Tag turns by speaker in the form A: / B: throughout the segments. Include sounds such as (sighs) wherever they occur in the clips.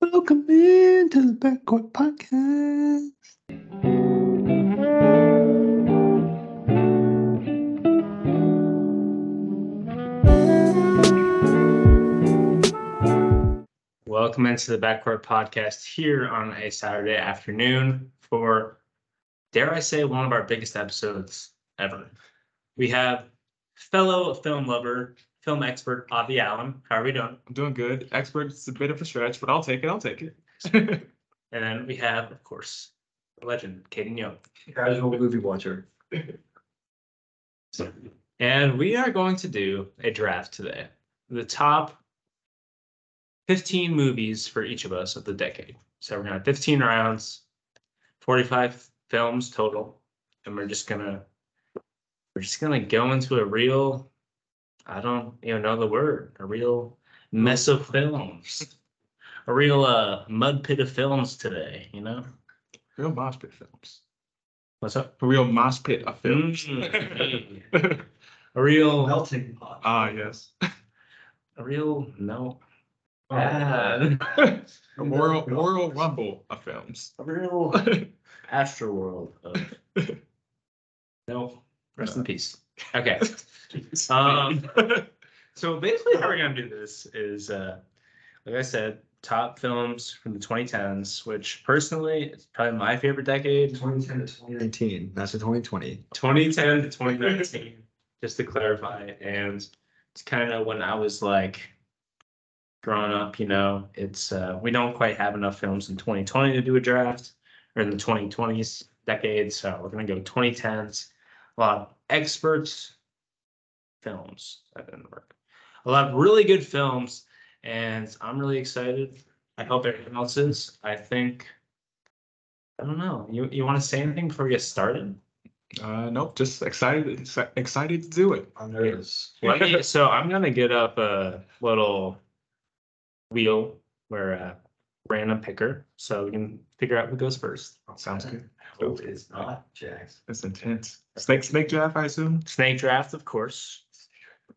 A: Welcome in to the Backcourt Podcast.
B: Welcome into the Backcourt Podcast here on a Saturday afternoon for, dare I say, one of our biggest episodes ever. We have fellow film lover, film expert Avi Allen. How are we doing?
C: I'm doing good. Expert, it's a bit of a stretch, but I'll take it. I'll take it.
B: And then we have, of course, the legend Caden Young.
D: casual movie watcher.
B: And we are going to do a draft today. The top 15 movies for each of us of the decade. So we're going to have 15 rounds, 45 films total. And we're just going to we're just going to go into a real I don't even know the word, a real mess of films. A real uh, mud pit of films today, you know?
C: Real mosh pit films.
B: What's up?
C: A real mosh pit of films.
B: (laughs) Mm, A real Uh,
D: Melting pot.
C: (laughs) Ah, yes.
B: a real no. Ah. (laughs)
D: Oh.
C: a Royal, Royal Rumble of films.
B: a (laughs) real Astroworld of (laughs) no rest in peace. (laughs) Okay.
C: (laughs)
B: Um, so basically, how we're gonna do this is, uh, like I said, top films from the 2010s, which personally is probably my favorite decade,
D: 2010 to 2019, not to 2020.
B: 2010 to 2019. just to clarify, and it's kind of when I was like growing up. You know, it's uh, we don't quite have enough films in 2020 to do a draft, or in the 2020s decade. So we're gonna go 2010s. A lot of experts films that didn't work. A lot of really good films, and I'm really excited. I hope everyone else is. I think. I don't know. You you want to say anything before we get started?
C: Uh, nope, just excited, exci- excited to do it.
D: I'm
B: (laughs)
D: nervous.
B: Let
C: (laughs)
B: me, so I'm gonna get up a little wheel where a random picker, so we can figure out who goes first.
C: Oh, Sounds good.
D: Hope it's not Jax.
C: (laughs) It's intense. Snake, snake draft, I assume. (laughs)
B: Snake draft, of course.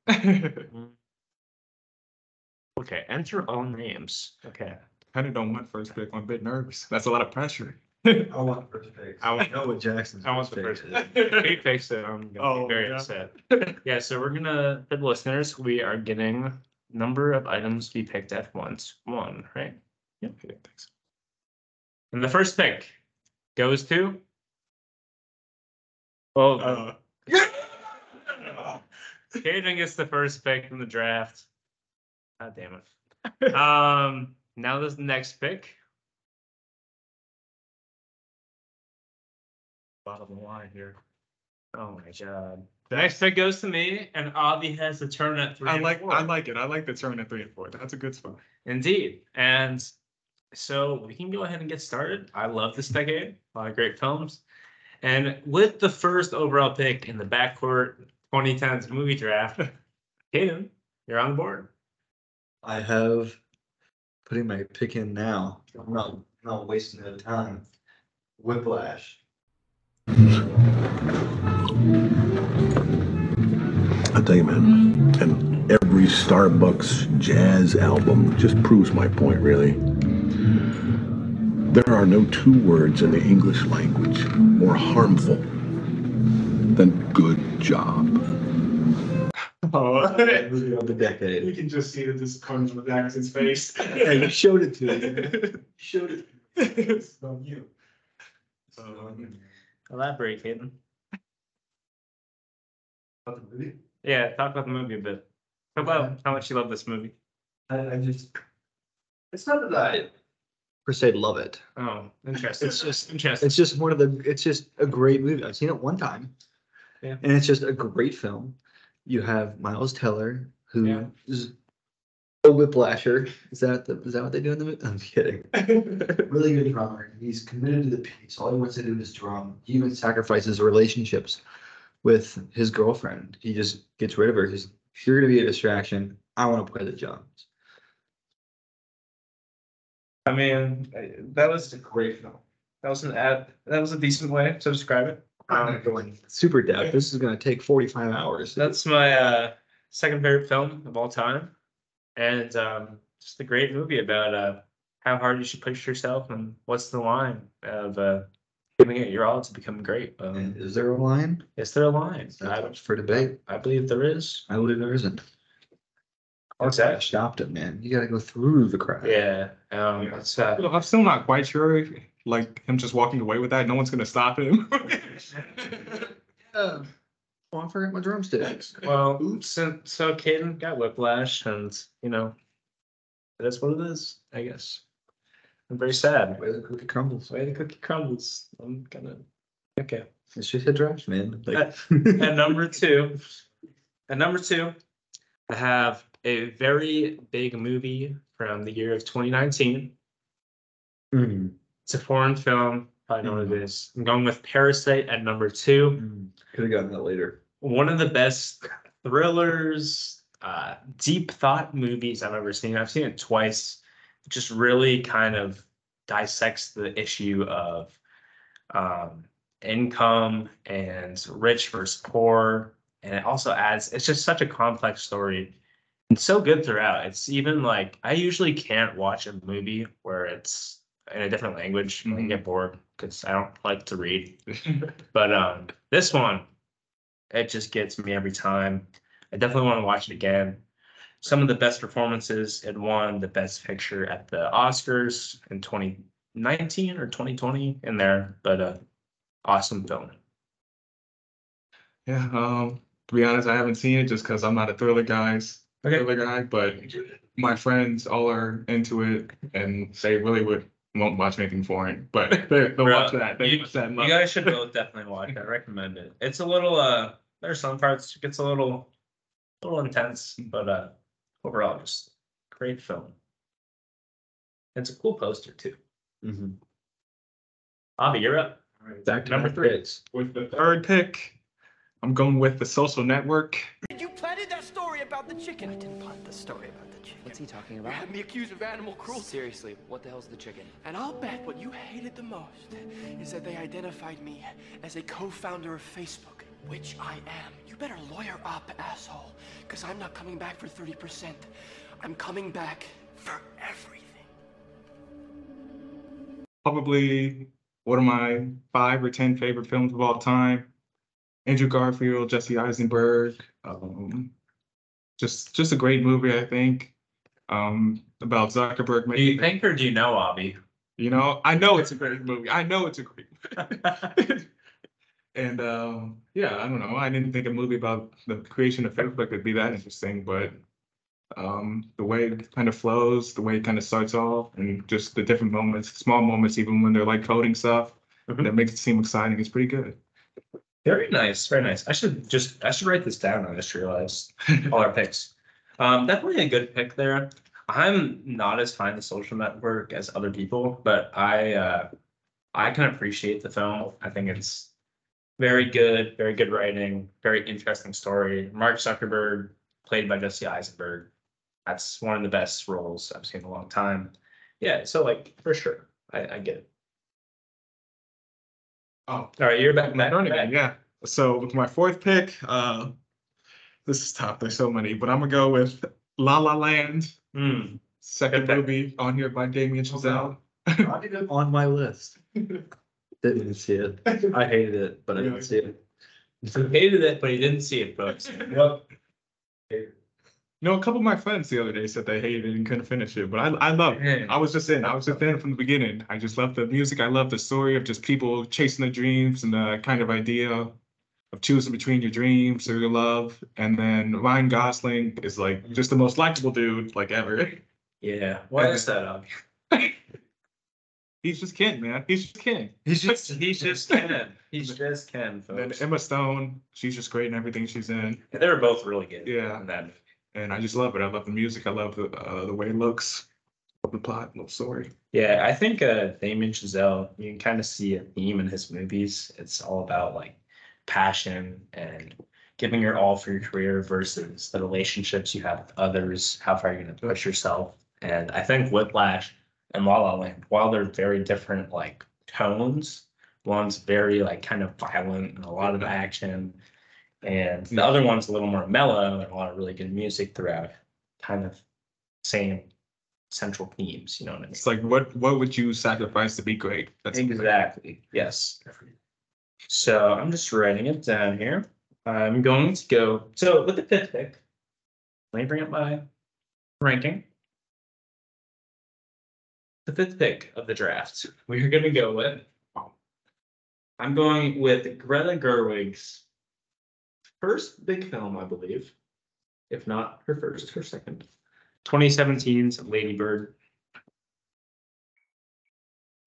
B: Okay, enter all names. Okay.
C: Depending on what first pick, I'm a bit nervous. That's a lot of
B: (laughs)
C: pressure.
D: I want the first pick.
C: I want-
D: know what Jackson's.
C: I want the
D: pick
C: first.
D: is.
B: He fixed it. I'm gonna
C: Oh,
B: be very
C: yeah. (laughs)
B: upset. Yeah, so we're gonna for the listeners, we are getting number of items to be picked at once. One, right?
C: Yeah, thanks.
B: And the first pick goes to Oh,
C: Uh,
D: (laughs)
B: Caden gets the first pick in the draft. God damn it.
C: (laughs)
B: Um, now this next pick. Bottom of the line here. Oh my god. The next pick goes to me, and Avi has the turn at three.
C: I
B: and
C: like,
B: four.
C: I like it. I like the turn at three and four. That's a good spot.
B: Indeed. And so we can go ahead and get started. I love this decade, a lot of great films. And with the first overall pick in the backcourt 2010s
C: (laughs)
B: movie draft, Kaden, you're on the board.
D: I have putting my pick in now. I'm not, not wasting no time. Whiplash.
E: I tell you, man, and every Starbucks jazz album just proves my point, really. There are no two words in the English language more harmful than good job.
C: (laughs) Oh,
D: Movie of the
C: You
D: decade.
C: can just see that this comes with Jackson's (laughs) face.
D: Yeah, you showed it to me. You
C: (laughs)
D: showed it. It's on you. It's on you.
B: Elaborate, Kaden.
D: About the movie?
B: Yeah, talk about the movie a bit. Talk about how much you love this movie.
D: I, I just, it's not that I per se love it.
B: Oh, interesting.
D: It's just-
B: interesting.
D: It's just one of the, it's just a great movie. I've seen it one time.
B: Yeah.
D: And it's just a great film. You have Miles Teller, who
B: Yeah.
D: is a whiplasher. Is that, the, is that what they do in the movie? I'm kidding.
B: (laughs)
D: really good drummer. He's committed to the piece. All he wants to do is drum. He even sacrifices relationships with his girlfriend. He just gets rid of her. He's, you're going to be a distraction. I want to play the drums.
B: I mean, I- that was a great film. That was an ad. That was a decent way to describe it.
D: I'm not going super depth. This is going to take 45 hours.
B: That's my uh, second favorite film of all time, and um, just a great movie about uh, how hard you should push yourself and what's the line of uh, giving it your all to become great. Um,
D: Is there a line?
B: is there a line? I,
D: That's for debate.
B: I believe there is.
D: I believe there isn't.
B: What's
D: I stopped it, man. You gotta go through the crowd.
B: Yeah. Um, it's, uh,
C: I'm still not quite sure. If, like him just walking away with that, no one's gonna stop him. (laughs)
B: uh, (laughs)
D: Yeah. Oh, I forgot my drumsticks.
B: well, so, so Caden got whiplash, and you know, that's what it is, I guess. I'm very sad.
D: Way the cookie crumbles.
B: Way the cookie crumbles. I'm gonna. Okay.
D: It's just a draft, man. Like, (laughs)
B: At number two, at number two, I have a very big movie from the year of 2019.
D: Mm,
B: It's a foreign film. Probably know what it is. I'm going with Parasite at number two.
D: mm. Could have gotten that later.
B: one of the best thrillers, uh, deep thought movies I've ever seen. I've seen it twice. It just really kind of dissects the issue of um, income and rich versus poor. And it also adds, it's just such a complex story. It's so good throughout. It's even like, I usually can't watch a movie where it's in a different language. I
C: Mhm.
B: get bored because I don't like to read. But um, this one, it just gets me every time. I definitely want to watch it again. Some of the best performances. It won the best picture at the Oscars in 2019 or 2020 in there. But uh, awesome film.
C: Yeah, um, to be honest, I haven't seen it just because I'm not a thriller guys, thriller guy, but my friends all are into it and they really would won't watch anything foreign, but they, they'll
B: Bro,
C: watch that. They
B: you-
C: watch that.
B: You guys should both definitely watch. it. I recommend it. It's a little uh, there's some parts it gets a little, a little intense, but uh, overall just great film. It's a cool poster too. Avi, you're up.
D: Mm-hmm. Back to
B: Number
D: back
B: three.
D: picks. (laughs)
C: With the third pick, I'm going with the social network.
F: You planted that story about the chicken. I didn't plant the story about the chicken.
G: What's he talking
F: You
G: about?
F: had me accused of animal cruelty.
G: Seriously, what the hell's the chicken?
F: And I'll bet what you hated the most is that they identified me as a co-founder of Facebook, which I am. You better lawyer up, asshole, because I'm not coming back for 30%. I'm coming back for everything.
C: Probably one of my five or ten favorite films of all time. Andrew Garfield, Jesse Eisenberg. Um, just just a great movie, I think. Um, about Zuckerberg
B: Do
C: making
B: you think or do you know (laughs) Avi?
C: You know, I know it's a great movie. I know it's a great movie. and um, yeah, I don't know. I didn't think a movie about the creation of Facebook would be that interesting, but um, the way it kind of flows, the way it kind of starts off, and just the different moments, small moments, even when they're like coding stuff,
B: Mhm.
C: that makes it seem exciting. It's pretty good.
B: Very nice, very nice. I should just I should write this down. I just realized all our picks. Um, definitely a good pick there. I'm not as fine to social network as other people, but I uh, I can appreciate the film. I think it's very good, very good writing, very interesting story. Mark Zuckerberg, played by Jesse Eisenberg, that's one of the best roles I've seen in a long time. Yeah, so like for sure, I, I get it.
C: Oh,
B: All right, you're back.
C: Matt
B: back,
C: Groening,
B: back.
C: yeah. So with my fourth pick, uh, this is tough. There's so many, but I'm gonna go with La La Land.
B: Hmm.
C: Second
B: Good pick.
C: movie on here by Damien Chazelle.
D: I did it on
B: (laughs)
D: my list. Didn't even see it. I hated it, but I didn't see it.
B: He hated it, but he didn't see it,
C: (laughs)
B: folks.
C: Oh,
B: Well,
C: You know, a couple of my friends the other day said they hated it and couldn't finish it, but I, I love it. I was just in. I was just in from the beginning. I just loved the music. I loved the story of just people chasing their dreams and the kind of idea of choosing between your dreams or your love. And then Ryan Gosling is like just the most likable dude like ever. (laughs)
B: yeah. Why is that up?
C: He's just Ken, man. He's just Ken. (laughs)
B: He's just he's just Ken. He's just Ken,
C: And then
B: folks.
C: Emma Stone, she's just great in everything she's in.
B: They were both really good.
C: Yeah.
B: in that movie.
C: And I just love it. I love the music. I love the uh, the way it looks. Love the plot. Love the story.
B: Yeah, I think uh Damien Chazelle, you can kind of see a theme in his movies. It's all about like passion and giving your all for your career versus the relationships you have with others, how far you're gonna push yourself. And I think Whiplash and La La Land, while they're very different like tones, one's very like kind of violent and a lot of action. And the other one's a little more mellow and a lot of really good music throughout. Kind of same central themes. You know what I mean?
C: It's like what what would you sacrifice to be great? That's
B: exactly. Yes. So I'm just writing it down here. I'm going to go. So with the fifth pick, let me bring up my ranking. The fifth pick of the draft, we are going to go with. I'm going with Greta Gerwig's first big film, I believe, if not her first, her second. 2017's Lady Bird.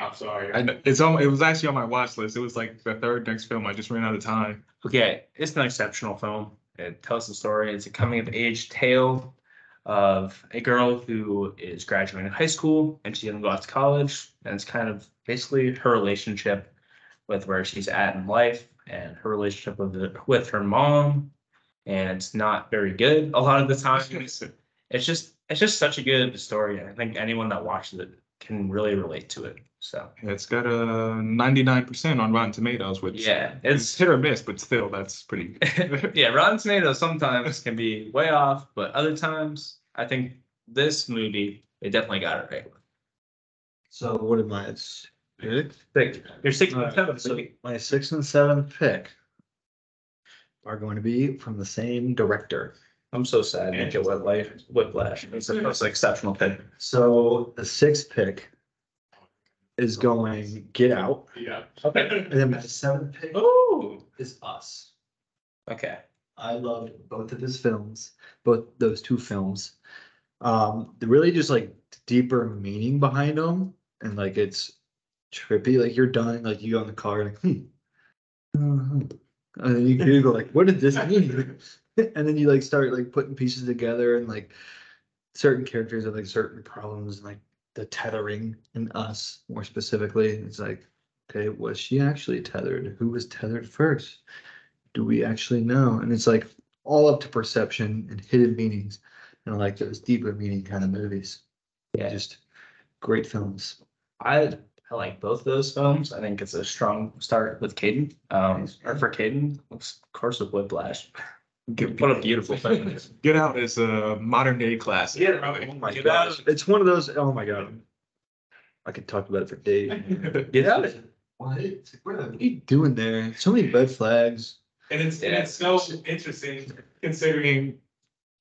C: I'm sorry. I, know- it's on. It was actually on my watch list. It was like the third next film. I just ran out of time.
B: Okay, it's an exceptional film. It tells the story. It's a coming of age tale of a girl who is graduating high school and she's gonna go off to college. And it's kind of basically her relationship with where she's at in life and her relationship with the, with her mom. And it's not very good a lot of the times. it's just it's just such a good story. And I think anyone that watches it can really relate to it. So
C: It's got a 99% on Rotten Tomatoes, which
B: yeah,
C: it's
B: it's
C: hit or miss, but still, that's pretty.
B: (laughs) yeah, Rotten Tomatoes sometimes can be way off, but other times I think this movie they definitely got it right.
D: So what am I? It's
B: Six, they're six and seven, so
D: So my sixth and seventh pick are going to be from the same director.
B: I'm so sad. Nick at Whiplash. Whiplash. It's the most exceptional pick.
D: So the sixth pick is going Get Out,
C: (laughs) Yeah.
B: Okay.
D: and then my seventh pick
B: Ooh.
D: is Us.
B: Okay.
D: I loved both of his films, both those two films. Um, the really just like deeper meaning behind them, and like it's trippy. Like you're done, like you go in the car, like hmm. Mhm. And then you, you go like, what did this mean? (laughs) and then you like start like putting pieces together, and like certain characters have like certain problems, and like the tethering in us more specifically. It's like, okay, was she actually tethered? Who was tethered first? do we actually know? And it's like all up to perception and hidden meanings, and I like those deeper meaning kind of movies.
B: Yeah.
D: Just great films.
B: I I like both of those films. I think it's a strong start with Caden. Um, or for Caden, of course, with Whiplash. What a beautiful film. it is.
C: Get Out is a modern day classic.
B: Oh my gosh.
D: It's one of those. Oh my god, I could talk about it
B: (laughs)
D: for days.
B: Get out of
D: What? It's like, bro, What are you doing there? So many red flags.
C: And it's,
B: and it's
C: so interesting considering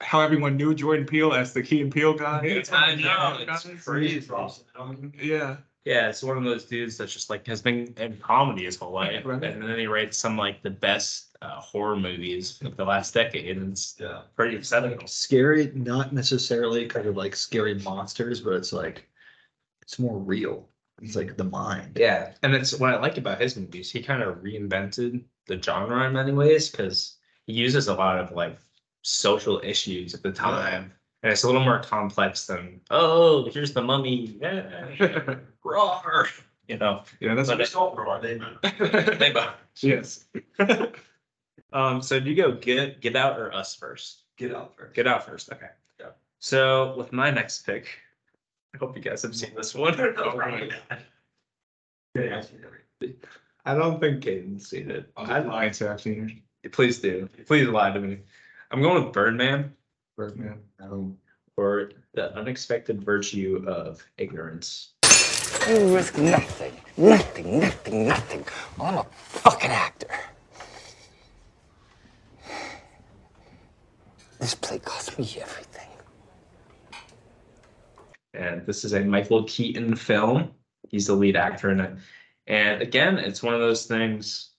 C: how everyone knew Jordan Peele as the Key and Peele guy.
B: I know, it's crazy.
C: Yeah.
B: Yeah, it's one of those dudes that's just like has been in comedy his whole life,
C: Right.
B: and then he writes some like the best uh, horror movies of the last decade, and it's uh,
D: Yeah.
B: pretty exceptional.
D: Scary, not necessarily kind of like scary monsters, but it's like it's more real. It's like the mind.
B: Yeah, and it's what I like about his movies. He kind of reinvented the genre in many ways because he uses a lot of like social issues at the time, and it's a little more complex than oh, here's the mummy, yeah, roar, you know.
C: Yeah, that's
B: But
C: what
B: it's all roar, they (laughs) they both.
C: Yes.
B: (laughs) Um, so do you go get get out or us first?
D: Get out first.
B: Get out first. Okay.
D: Yeah.
B: So with my next pick, I hope you guys have seen this one. (laughs)
D: probably
B: I don't think Caden's seen it.
C: Oh, I lied to actually.
B: Please do. Please lie to me. I'm going with Birdman
C: Birdman.
D: No.
B: or the unexpected virtue of ignorance.
H: You risk nothing, nothing, nothing, nothing. I'm a fucking actor. This play cost me everything.
B: And this is a Michael Keaton film. He's the lead actor in it. And again, it's one of those things.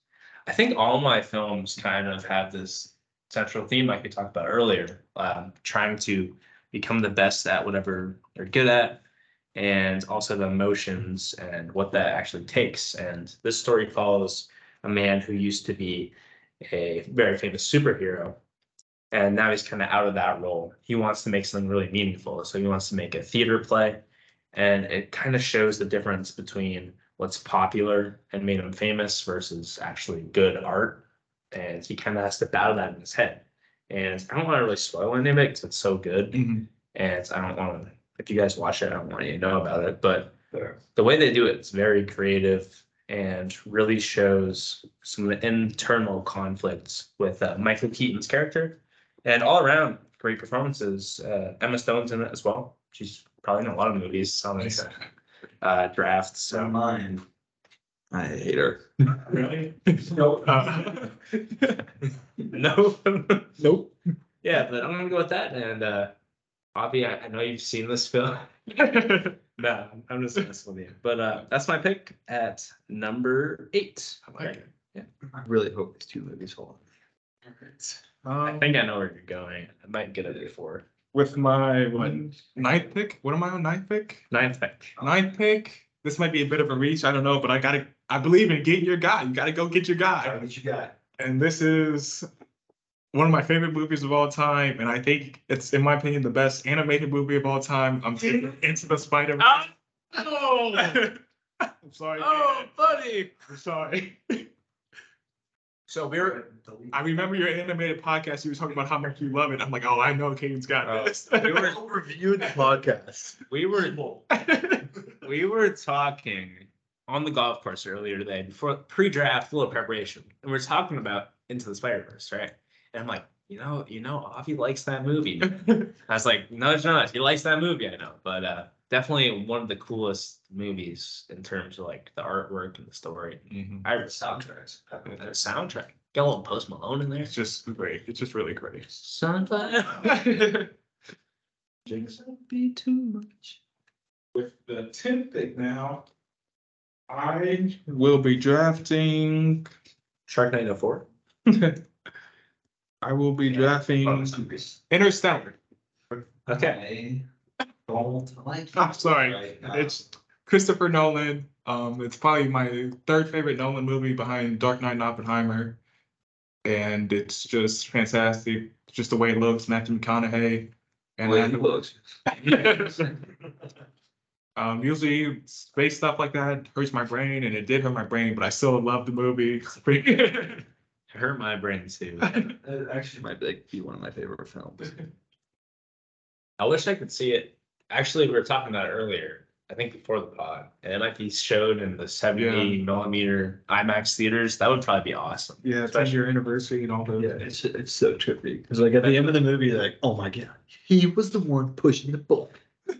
B: I think all my films kind of have this central theme, like we talked about earlier, um, trying to become the best at whatever they're good at, and also the emotions and what that actually takes. And this story follows a man who used to be a very famous superhero, and now he's kind of out of that role. He wants to make something really meaningful, so he wants to make a theater play and it kind of shows the difference between what's popular and made him famous versus actually good art. And he kind of has to battle that in his head. And I don't want to really spoil any of it because it's so good.
C: Mhm.
B: And I don't want to, if you guys watch it, I don't want you to know about it. But the way they do it is very creative and really shows some of the internal conflicts with uh, Michael Keaton's character. And all around, great performances. Uh, Emma Stone's in it as well. She's probably in a lot of movies, some of these uh, uh, drafts.
D: So
B: So.
D: mine. I hate her.
B: Really?
D: No.
B: (laughs)
C: Uh,
B: No.
C: nope.
B: yeah, but I'm going to go with that. And uh, Avi, I, I know you've seen this film.
C: I
B: No, I'm just messing with you. But uh, that's my pick at number eight.
C: like it.
D: I really hope these two movies hold.
B: I
C: Um,
B: think I know where you're going. I might get it before.
C: with my what ninth pick? What am I on ninth pick?
B: Ninth pick.
C: Ninth pick. This might be a bit of a reach. I don't know, but I gotta. I believe in getting your guy. You gotta go get your
D: All right,
C: guy.
D: what you got?
C: And this is one of my favorite movies of all time, and I think it's, in my opinion, the best animated movie of all time. I'm taking Into the Spider. Man (laughs) I'm sorry.
B: Oh!
C: man.
B: buddy.
C: I'm sorry.
D: So we're.
C: I remember your animated podcast. You were talking about how much you love it. I'm like, oh, I know Kane's got (laughs)
B: Oh.
C: this.
D: We were reviewing the podcast.
B: We were we were talking on the golf course earlier today before pre-draft, a little preparation, and we're talking about Into the Spider Verse, right? And I'm like, you know, you know, Avi likes that movie. I was like, no, it's not. He likes that movie, I know, but uh, definitely one of the coolest movies in terms of like the artwork and the story.
D: Mm-hmm.
B: I really soundtracks. The soundtrack. Got a little Post Malone in there.
C: It's just great. It's just really great. (laughs)
B: Sunflower.
D: Be too much.
C: With the tenth pick now, I will be drafting.
D: oh
B: Sharknado Four.
C: I will be
D: Yeah.
C: drafting Interstellar.
B: Okay.
D: I Don't like.
C: I'm sorry.
D: Right now.
C: It's Christopher Nolan. Um, it's probably my third favorite Nolan movie behind Dark Knight and Oppenheimer. And it's just fantastic. Just the way it looks, Matthew McConaughey. And
D: Well,
C: I-
D: he looks. (laughs)
C: (laughs) um, usually space stuff like that hurts my brain, and it did hurt my brain, but I still love the movie. (laughs) It's pretty good.
B: It hurt my brain
D: (laughs)
B: too.
D: Uh, Actually, might be, be one of my favorite films.
B: I wish I could see it. Actually, we were talking about it earlier. I think before the pod, and it might be showed in the 70 millimeter IMAX theaters. That would probably be
D: (laughs)
B: awesome.
C: yeah, ten year anniversary and all those.
D: (laughs) Yeah, it's it's so trippy because like at the end of the movie, they're like, oh my god, he was the one pushing the button.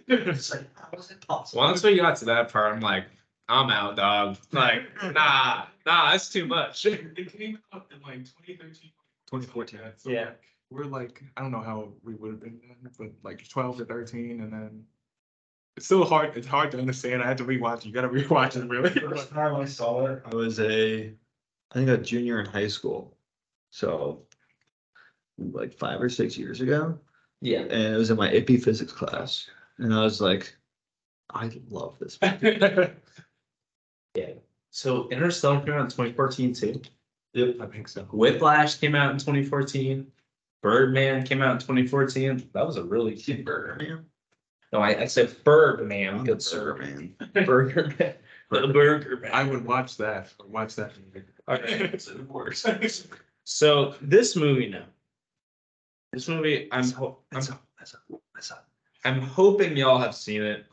D: It's like how was it
B: So
D: possible?
B: once we got to that part, I'm like, I'm out, dog. Like,
D: (laughs)
B: nah, nah, that's too much.
C: (laughs) It came out in like 2013.
D: 2014.
C: So
B: Yeah.
C: like, we're like, I don't know how we would have been then, but like 12 to 13, and then it's still hard. It's hard to understand. I had to rewatch. it. You got to (laughs) rewatch it really.
D: time I saw it, I was a, I think a junior in high school, so like five or six years ago,
B: Yeah.
D: and it was in my AP physics class, and I was like, I love (laughs) this. movie."
B: So Interstellar came out in 2014 too.
D: Yep.
C: I think so.
B: Whiplash came out in 2014. Birdman came out in 2014. That was a really cute Birdman. No, I, I said Birdman. Good sir.
D: man.
B: (laughs) Burger Man. The Burger Man.
C: I would watch that. Watch that. movie.
D: (laughs)
B: All right. So it works. So this movie now. This movie, I'm ho- I'm
D: That's a that's a that's a
B: I'm hoping y'all have seen it.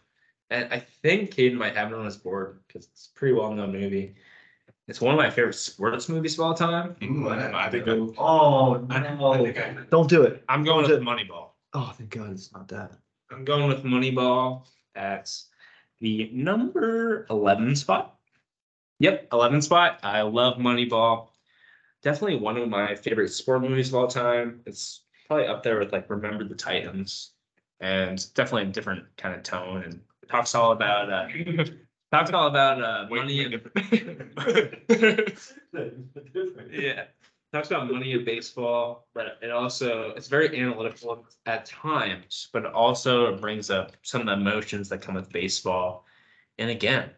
B: And I think Caden might have it on his board because it's a pretty well known movie. It's one of my favorite sports movies of all time.
C: Ooh, I, I think that would-
D: oh
C: I- I think I-
D: no! Don't do it.
B: I'm going with Moneyball.
D: Oh, thank God, it's not that.
B: I'm going with Moneyball at the number 11 spot. Yep, 11 spot. I love Moneyball. Definitely one of my favorite sport movies of all time. It's probably up there with like Remember the Titans and definitely a different kind of tone and it talks all about uh talks all about uh money and yeah. Talks about money in baseball, but it also it's very analytical at times, but it also brings up some of the emotions that come with baseball. And again,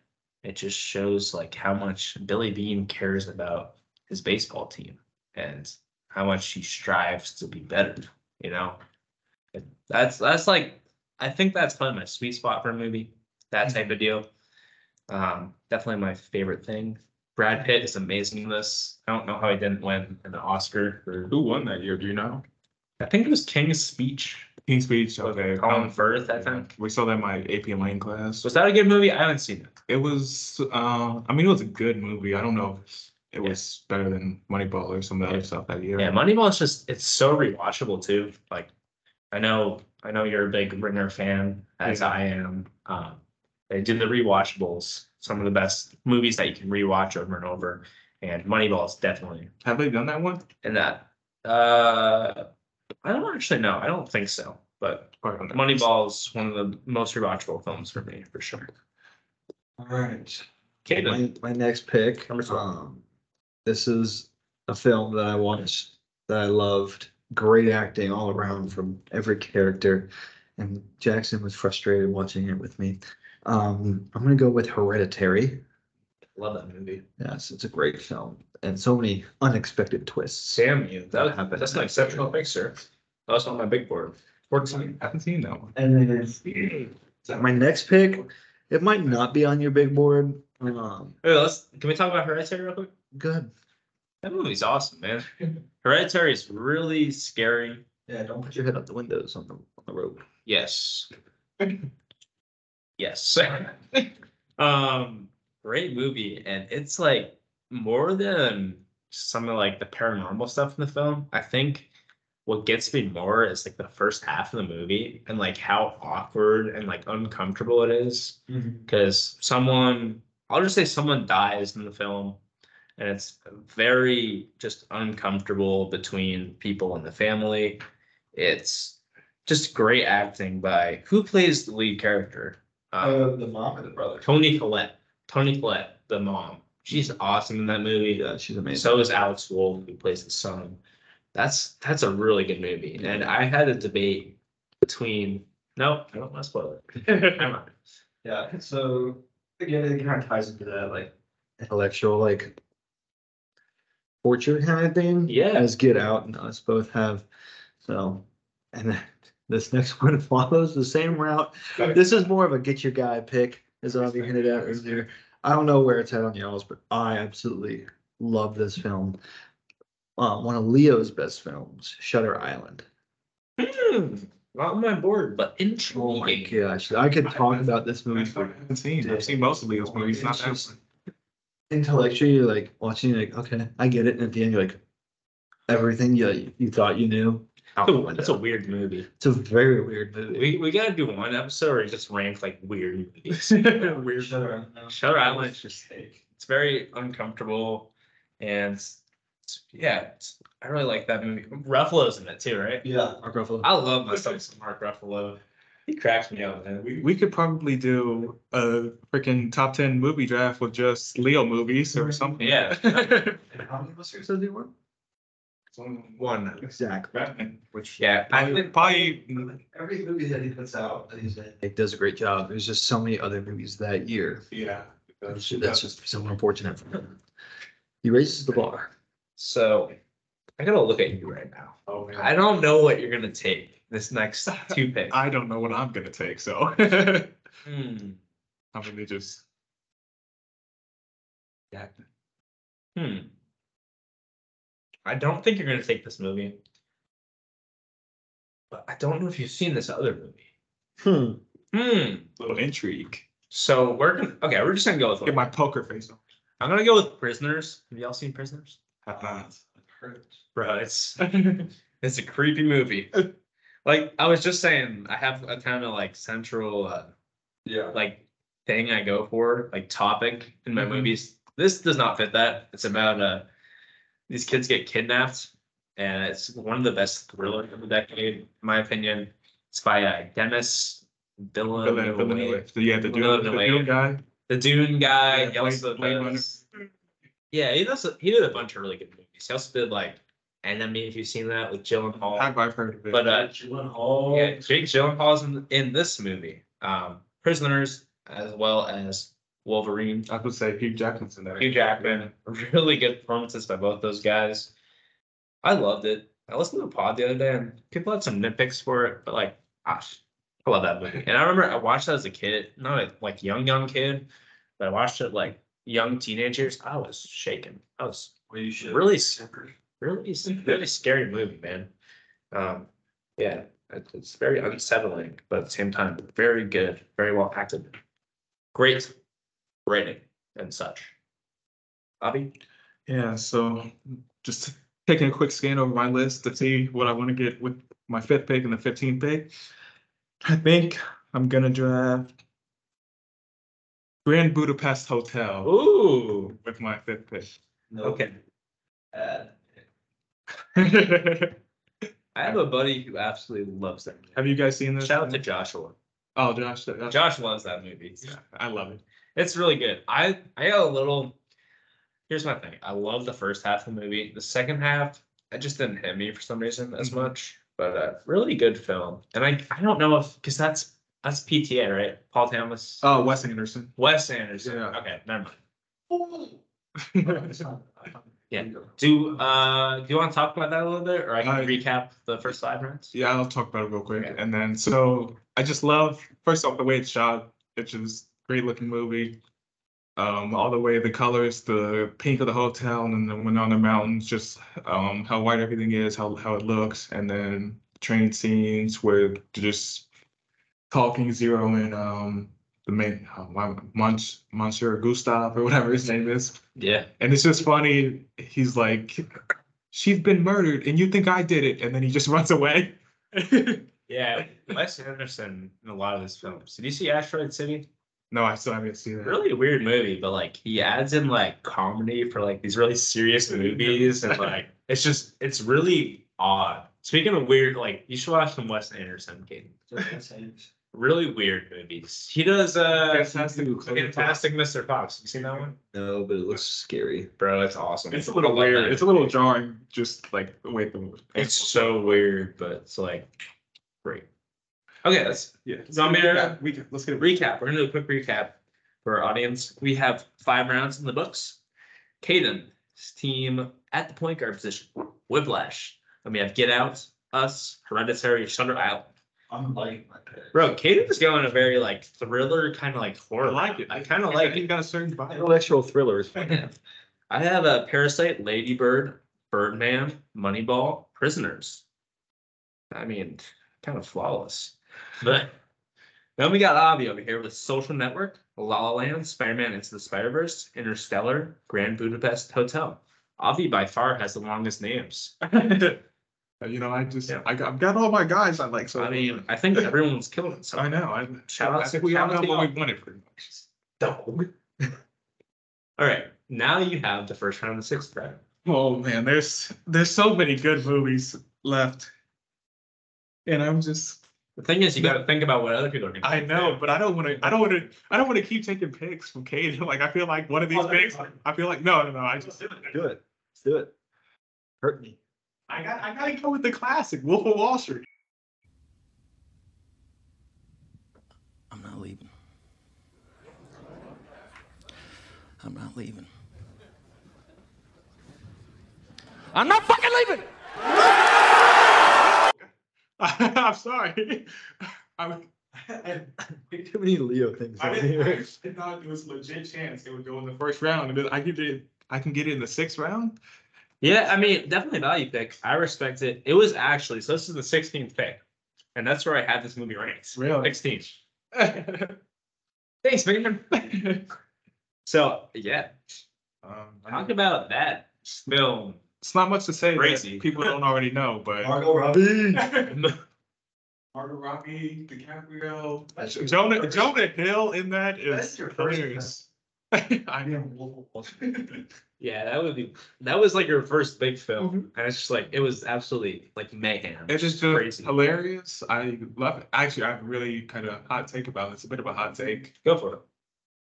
B: it just shows like how much Billy Bean cares about his baseball team and how much he strives to be better, you know. That's that's like I think that's probably my sweet spot for a movie. that type of deal. Um, definitely my favorite thing. Brad Pitt is amazing in this. I don't know how he didn't win an Oscar for.
C: Who won that year? Do you know?
B: I think it was King's Speech.
C: King's Speech. Okay.
B: Colin
C: um,
B: Firth, I think.
C: We saw that in my AP and Lane class.
B: Was that a good movie? I haven't seen it.
C: It was. Uh, I mean, it was a good movie. I don't know. if It was better than Moneyball or some of the
B: Yeah.
C: other stuff that year.
B: Yeah, Moneyball is just it's so rewatchable too. Like, I know I know you're a big Ringer fan as
C: Yeah.
B: I am. Um, they did the rewatchables. Some of the best movies that you can rewatch over and over. And Moneyball is definitely
C: Have they done that one?
B: in that. Uh, I don't actually know. I don't think so. But
C: Or-
B: Moneyball is one of the most rewatchable films for me for sure.
D: All right.
B: Caden,
D: My, my next pick.
B: Number twelve.
D: Um, this is a film that I watched that I loved. Great acting all around from every character, and Jackson was frustrated watching it with me. Um, I'm gonna go with Hereditary.
B: love that movie.
D: Yes, it's a great film and so many unexpected twists.
B: Damn you, that
D: That happened
B: That's an
D: next
B: exceptional
D: year.
B: pick, sir. That was on my big board.
C: I haven't seen that one.
D: And then so my next pick, it might not be on your big board. Um,
B: Hey, let's can we talk about Hereditary real quick?
D: good.
B: That movie's awesome, man. Hereditary is really scary.
D: Yeah, don't put your head out the windows on the on the road.
B: Yes. Yes. (laughs) um, great movie, and it's like more than some of like the paranormal stuff in the film. I think what gets me more is like the first half of the movie and like how awkward and like uncomfortable it is because someone I'll just say someone dies in the film and it's very just uncomfortable between people and the family. It's just great acting by who plays the lead character? Um,
D: Oh, the mom and the brother.
B: Tony Collette. Tony Collette, the mom. She's awesome in that movie.
D: Yeah, she's amazing.
B: So is Alex Wolf, who plays the son. That's that's a really good movie. And I had a debate between no, I don't want to spoil it. (laughs) Never mind.
D: Yeah, so again, it kind of ties into that like intellectual like torture kind of thing.
B: Yeah.
D: as Get Out and us both have. So, and then this next (laughs) one follows the same route. This is more of a get your guy pick, as Avi hinted at earlier. I don't know where it's at on y'all's, but I absolutely love this film. Uh, one of Leo's best films, Shutter Island.
B: Hmm, not on my board, but intriguing.
D: Oh my gosh, I could talk about this movie
C: That's
D: for
C: one I haven't seen. I've seen most of Leo's movies. Not that
D: Oh, It's
C: one.
D: intellectually you're like watching you're like okay i get it and at the end you're like everything you, you thought you knew out
B: That's
D: the
B: a- That's a
D: window.
B: weird movie.
D: it's a very
B: (laughs)
D: weird movie
B: We we gotta do one episode where we just rank like weird
C: (laughs)
B: movies.
D: weird
B: Shutter Island is just it's very uncomfortable, and it's- yeah, it's- I really like that movie. Ruffalo's in it too, right?
D: yeah mark ruffalo
B: I love myself some Mark Ruffalo. He cracks me up, man. We,
C: We could probably do a freaking top ten movie draft with just Leo movies or something. (laughs)
B: yeah,
D: how many listeners does he want
C: One.
D: exactly
C: Which
B: yeah. I
C: probably,
B: think
C: probably
D: every movie that he puts out that he's in it does a great job there's just so many other movies that year
C: yeah.
D: that's, that's just so unfortunate for him he raises the bar
B: so. I gotta look at you right now.
C: Oh, man.
B: I don't know what you're gonna take this (laughs) next two picks.
C: I don't know what I'm gonna take, so (laughs) I'm
B: Hmm.
C: gonna just
B: Yeah. Hmm. I don't think you're gonna take this movie. But I don't know if you've seen this other movie.
D: hmm
B: Hmm.
C: little intrigue.
B: So we're gonna okay, we're just gonna go with
C: Get
B: one.
C: my poker face on.
B: I'm gonna go with Prisoners. Have y'all seen Prisoners?
C: Have not.
B: Bro, (laughs) it's it's a creepy movie. Like I was just saying, I have a kind of like central uh,
D: yeah
B: like thing I go for, like topic in my
C: Mhm.
B: movies. This does not fit that. It's about uh these kids get kidnapped, and it's one of the best thrillers of the decade, in my opinion. It's by uh, Dennis Villeneuve,
C: Villeneuve. Yeah, the
B: Villeneuve.
C: dude, the dude guy.
B: the Dune guy.
C: Yeah,
B: he also
C: Blade- Blade
B: does- yeah, he also he did a bunch of really good movies. He also did like Enemy, if you've seen that with Gyllenhaal.
C: I've, I've heard of it.
B: But uh, yeah, Jake Gyllenhaal's in, in this movie. Um, Prisoners, as well as Wolverine.
C: I would say Hugh Jackman's in there.
B: Hugh Jackman, (laughs) really good performances by both those guys. I loved it. I listened to a pod the other day, and people had some nitpicks for it, but like, gosh, I love that movie. And I remember I watched that as a kid, not a, like young, young kid, but I watched it like young teenagers. I was shaken. I was
I: Well, you should.
B: Really s- really, s-
C: Mm-hmm.
B: really scary movie, man. Um, yeah, it- it's very unsettling, but at the same time, very good, very well acted. Great rating and such. Bobby?
C: Yeah, so just taking a quick scan over my list to see what I want to get with my fifth pick and the 15th pick. I think I'm gonna draft Grand Budapest Hotel
B: Ooh,
C: with my fifth pick.
I: No.
C: (laughs)
B: okay.
I: Bad.
B: I have a buddy who absolutely loves that.
C: Have you guys seen this?
B: Shout out to Joshua.
C: Oh, Josh. Josh.
B: Josh loves that movie.
C: Yeah, I love it.
B: It's really good. I I got a little. Here's my thing. I love the first half of the movie. The second half, it just didn't hit me for some reason as
C: Mhm.
B: much. But uh, really good film. And I I don't know if because that's that's PTA right? Paul Thomas,
C: Oh, Wes Anderson. (laughs)
B: Wes Anderson.
C: yeah.
B: Okay, never mind. (laughs) Yeah.
I: Yeah.
B: Do uh do you want to talk about that a little bit, or I can
C: Uh,
B: recap the first five minutes?
C: Yeah, I'll talk about it real quick.
B: Okay.
C: And then, so I just love, first off, the way it's shot, it's just great looking movie. Um, all the way the colors, the pink of the hotel, and then when on the mountains, just um, how white everything is, how how it looks, and then train scenes with just talking Zero and um, the main uh, Mon- Mons- Monsieur Gustav or whatever his name is.
B: Yeah.
C: And it's just funny. He's like, she's been murdered, and you think I did it. And then he just (laughs) runs away.
B: Yeah. Wes Anderson in a lot of his films. Did you see Asteroid City?
C: no, I still haven't seen that.
B: really weird movie, but like he adds in like comedy for like these really serious movies, (laughs) and like it's just it's really odd. Speaking of weird, like you should watch some Wes Anderson, kid. Really weird movies. He does uh
C: Fantastic.
B: Fantastic Mr. Fox. You seen that one,
D: No, but it looks scary.
B: bro? It's awesome.
C: It's a little
B: I love
C: weird.
B: that
C: It's a
B: movie.
C: little jarring, just like the way the
B: It's so weird, but it's like great. Okay, let's
C: yeah.
B: Zombie era?
C: We can, let's get a re-
B: recap. We're gonna do a quick recap for our audience. We have five rounds in the books. Caden's team at the point guard position. Whiplash. Then we have Get Out, Us, Hereditary, Shutter Island.
I: I'm liking my pick.
B: Bro, Caden is going a very like thriller, kind of like horror. I kind of like
C: You
B: it.
C: got a certain vibe.
D: Intellectual thrillers.
C: (laughs)
B: I have a Parasite, Ladybird, Birdman, Moneyball, Prisoners. I mean, kind of flawless. But then we got Avi over here with Social Network, La La Land, Spider-Man Into the Spider-Verse, Interstellar, Grand Budapest Hotel. Avi by far has the
C: (laughs)
B: longest names. I
C: You know, I just
B: Yeah.
C: I got, I've got all my guys I like. So
B: mean, I think everyone's killing
C: I
B: something.
C: know. I,
B: Shout out
C: I
B: to-
C: think we all
B: shout
C: know
B: out to
C: what we
B: y'all.
C: wanted pretty much.
B: Dog. (laughs) All right, now you have the first round of six, right?
C: Oh man, there's there's so many good movies left, and I'm just
B: The thing is, you got to think about what other people are going to.
C: I know, but I don't want to. I don't want to. I don't want to keep taking picks from Cade. (laughs) Like I feel like one of these
I: Oh, that's
C: picks.
I: fine.
C: I feel like no, no, no. I just
D: Do it. Let's do it. Hurt me. (laughs)
C: I got. I gotta go with the classic, Wolf of Wall Street.
H: I'm not leaving. I'm not leaving. I'm not fucking leaving!
C: (laughs) I'm sorry. (laughs) I,
D: Too many Leo things
C: (laughs) I,
D: over
C: didn't, (laughs) I
D: here.
C: did not. It was a legit chance it would go in the first round, and then I could do. I can get it in the sixth round.
B: Yeah, I mean, definitely a value pick. I respect it. It was actually so. This is the 16th pick, and that's where I had this movie ranked.
C: Really?
B: 16. Thanks, man. (laughs) so yeah,
C: Um, I
B: talk
C: mean,
B: about that film.
C: it's not much to say.
B: Crazy.
C: That people don't already know, but
I: Margot Robbie.
C: (laughs) Margot Robbie, DiCaprio,
I: That's your
C: Jonah,
I: first-
C: Jonah Hill in that is
I: That's your first
C: hilarious. (laughs) I know.
B: Yeah, that would be. That was like your first big film, and it's just like it was absolutely like mayhem.
C: It's Mm-hmm. just uh, hilarious. I love it. Actually, I have a really kind of hot take about it. It's a bit of a hot take.
B: Go for it.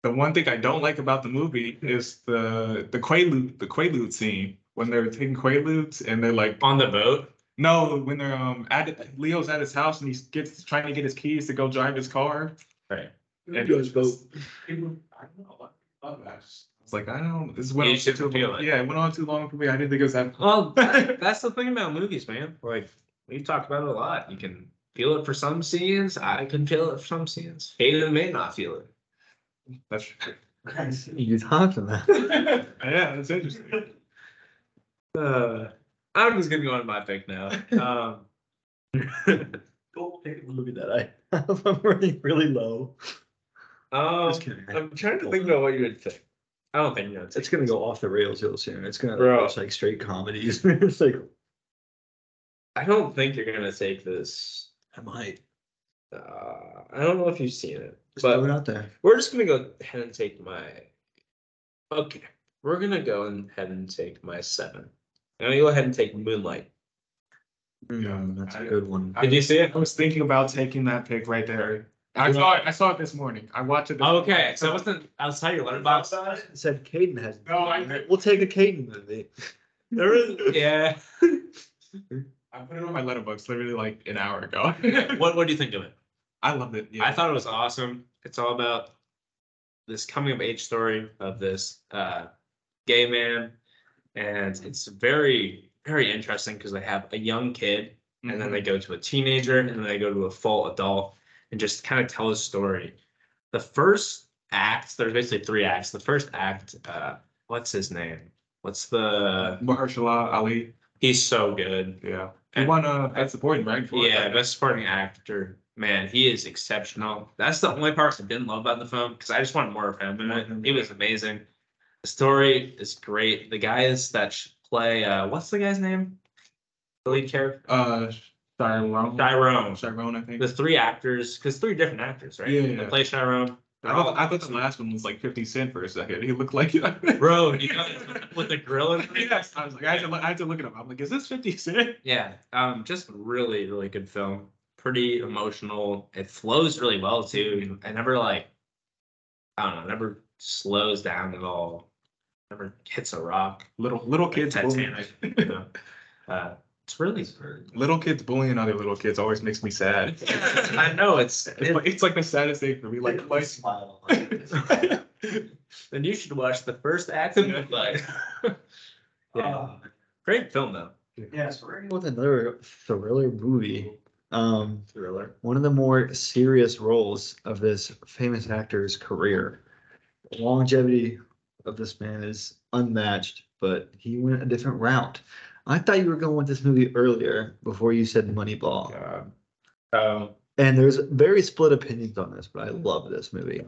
C: The one thing I don't like about the movie is the the quaalude the quaalude scene when they're taking quaaludes and they're like
B: On the boat.
C: no when they're um at Leo's at his house and he gets trying to get his keys to go drive his car.
B: Right.
C: And
D: Goes both.
C: People- I don't know. I love that. It's like I don't. This went
B: You
C: on
B: should
C: too
B: feel
C: long.
B: it.
C: Yeah, it went on too long for me. I (laughs) didn't think it was that.
B: Well, that- that's the thing about movies, man. Like we talk about it a lot. You can feel it for some scenes. I can feel it for some scenes. Hayden may not feel it. (laughs)
C: That's
D: You talked on (laughs) that.
C: yeah, that's interesting.
B: Uh, I'm just gonna go on my pick
C: (laughs)
B: now. Um,
D: Go pick a movie that I have. (laughs) I'm running really low.
B: um,
D: Just kidding.
B: I'm trying to think about what you would pick. I don't think you know.
D: It's gonna go off the rails real soon. It's gonna
B: Bro.
D: it's like straight comedies. (laughs) it's like
B: I don't think you're gonna take this.
D: I might.
B: Uh, I don't know if you've seen it,
D: Just
B: but
D: throw it out there.
B: We're just gonna go ahead and take my. Okay, we're gonna go and ahead and take my seven. I'm gonna go ahead and take Moonlight.
D: Mm, that's a
C: I-
D: good one.
B: Did you see it?
C: I was thinking about taking that pick right there. I saw it. I saw it this morning. I watched it. This
B: Okay, so I wasn't outside your letterbox.
D: It said Caden has.
C: No, I-
D: We'll take a Caden movie.
B: There is,
D: (laughs)
B: yeah.
C: I put it on my letterbox literally like an hour ago.
B: (laughs)
C: (laughs)
B: What What do you think of it?
C: I loved it. Yeah.
B: I thought it was awesome. It's all about this coming of age story of this uh, gay man, and it's very very interesting because they have a young kid and
C: Mm-hmm.
B: then they go to a teenager and then they go to a full adult and just kind of tell his story the first act there's basically three acts the first act uh what's his name what's the
C: Mahershala Ali.
B: he's so good
C: Yeah. He
B: And-
C: won uh best supporting right? For-
B: yeah best supporting actor man he is exceptional that's the only part i didn't love about the film because i just wanted more of him in it he was amazing the story is great the guys that sh- play uh what's the guy's name the lead character
C: Uh, Tyrone.
B: Tyrone.
C: Tyrone, I think.
B: the three actors, because three different actors, right?
C: Yeah, yeah,
B: They
C: yeah.
B: play Chiron.
C: I thought, I thought the last one was like 50 Cent for a second. He looked like. (laughs)
B: Bro, you know, with the grill and
C: yes. I was like, I had, to, look- I had to look it up. I'm like, is this 50 Cent?
B: yeah, um, just really, really good film. Pretty emotional. It flows really well too. It never like, I don't know, it never slows down at all. Never hits a rock.
C: Little little
B: Like
C: kids. bullying-
B: Titanic. you know? uh, it's really.
C: (laughs) Little kids bullying other little kids always makes me
B: (laughs)
C: sad.
B: I know it's.
C: It's like, it's like the saddest thing for me. Like,
I: Like,
C: like
I: smile. Like,
C: (laughs)
I: this.
B: then you should watch the first act of
C: Yeah.
B: Moonlight. yeah,
I: Ah,
B: great film though.
I: yeah, so we're gonna
D: With another thriller movie. Um,
B: Thriller.
D: one of the more serious roles of this famous actor's career. The longevity of this man is unmatched, but he went a different route. I thought you were going with this movie earlier before you said Moneyball.
C: God.
B: Oh,
D: And there's very split opinions on this, but I love this movie.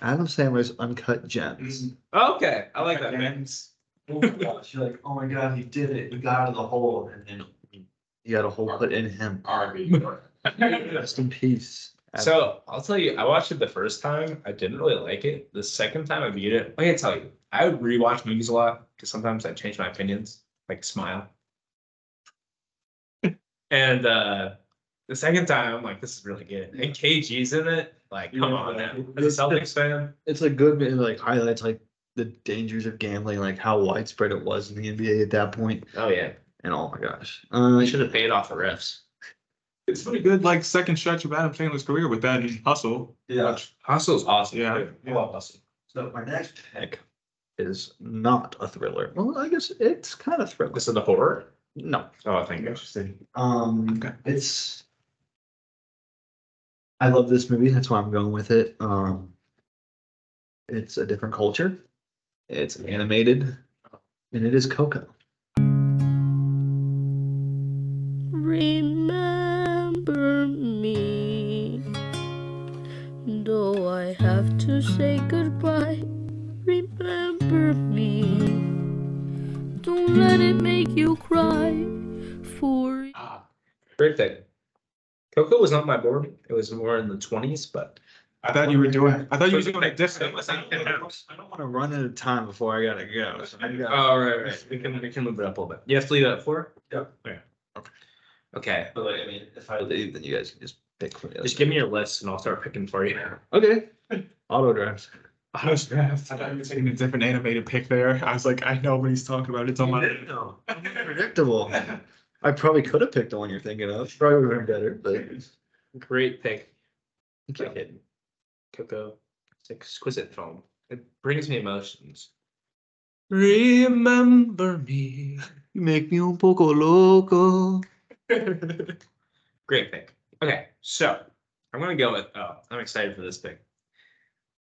D: Adam Sandler's Uncut Gems.
B: Okay, I like that. man.
I: James. Oh my gosh, you're like, oh my god, he did it. He got out of the hole and then
D: He had a hole put in him.
I: RV.
D: Rest in peace. Adam.
B: So I'll tell you, I watched it the first time. I didn't really like it. The second time I viewed it, I can tell you, I would rewatch movies a lot because sometimes I change my opinions, like (laughs) smile. and uh the second time, I'm like, this is really good. And KG's in it. Like, come
D: Yeah.
B: on now. As a Celtics fan,
D: it's a good it, like highlights like the dangers of gambling, like how widespread it was in the NBA at that point.
B: oh yeah,
D: And oh my gosh. Uh,
B: we should have paid off the refs.
C: It's pretty good, like second stretch of Adam Sandler's career with that hustle.
I: Yeah,
B: Hustle's awesome.
C: Yeah.
B: too. I
C: Yeah.
B: love Hustle.
I: so my next pick,
D: is not a thriller. Well, I guess it's kind of thriller.
B: This is the horror.
D: No.
B: Oh, I think.
D: Um
C: Okay.
D: it's I love this movie, that's why I'm going with it. Um it's a different culture. It's animated and it is Coco.
J: Remember me. Though I have to say goodbye, remember me. Don't let it make you cry. For
C: Ah,
B: Great thing. Coco was on my board. It was more in the 20s, but
C: I thought you were doing. I thought you were doing a different.
D: I don't want to run out of time before I gotta go. So I got
B: Oh, right, right. We can, we can move it up a little bit. You have to leave that four?
I: Yeah.
B: Okay. Okay,
I: but like, I mean, if I
D: leave, then you guys can just pick from the other
B: just give me your list and I'll start picking for you.
D: Okay. Auto drafts.
C: I was drafted. I thought you were taking a different animated pick there. I was like, I know what he's talking about. It's on my.
D: Predictable. I probably could have picked the one you're thinking of. Probably would have been better, but
B: Great pick.
D: Okay.
B: Like it. Coco, it's exquisite film. It brings me emotions. Remember me.
D: you make me un poco loco.
B: (laughs) Great pick. Okay, so I'm gonna go with. Oh, I'm excited for this thing.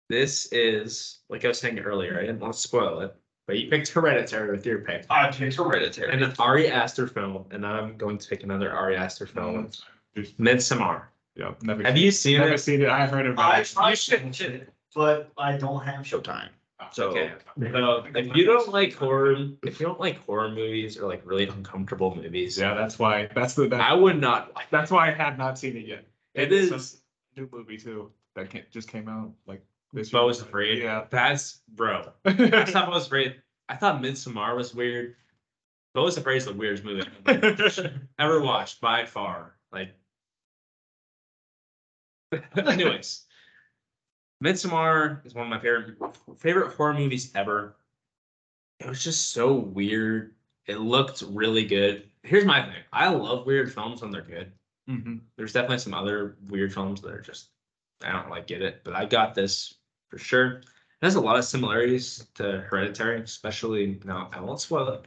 B: This is like I was saying earlier. I didn't want to spoil it, but you picked Hereditary with your pick.
I: I picked Hereditary.
B: and an Ari Aster film, and I'm going to pick another Ari Aster film, Midsommar.
C: Yeah, never.
B: Have you seen
C: Never
B: it?
C: seen it. I've heard about
I: I
C: it.
I: tried to, but I don't have Showtime. So
B: Okay. So uh, if you don't like horror, if you don't like horror movies or like really uncomfortable movies,
C: Yeah, that's why. That's the. That,
B: I would not.
C: that's why I have not seen it yet.
B: It
C: It's
B: is.
C: a new movie too that ca- just came out like this.
B: Bo was afraid.
C: Yeah. (laughs) Mm-hmm.
B: That's bro. I thought Bo was afraid. I thought Midsommar was weird. Bo was afraid is the weirdest movie I've ever watched by far. Like, (laughs) anyways, Midsommar is one of my favorite favorite horror movies ever. It was just so weird. It looked really good. Here's my thing. I love weird films when they're good
C: Mhm.
B: there's definitely some other weird films that are just I don't like get it, but I got this for sure. It has a lot of similarities to Hereditary, especially no, I won't spoil it.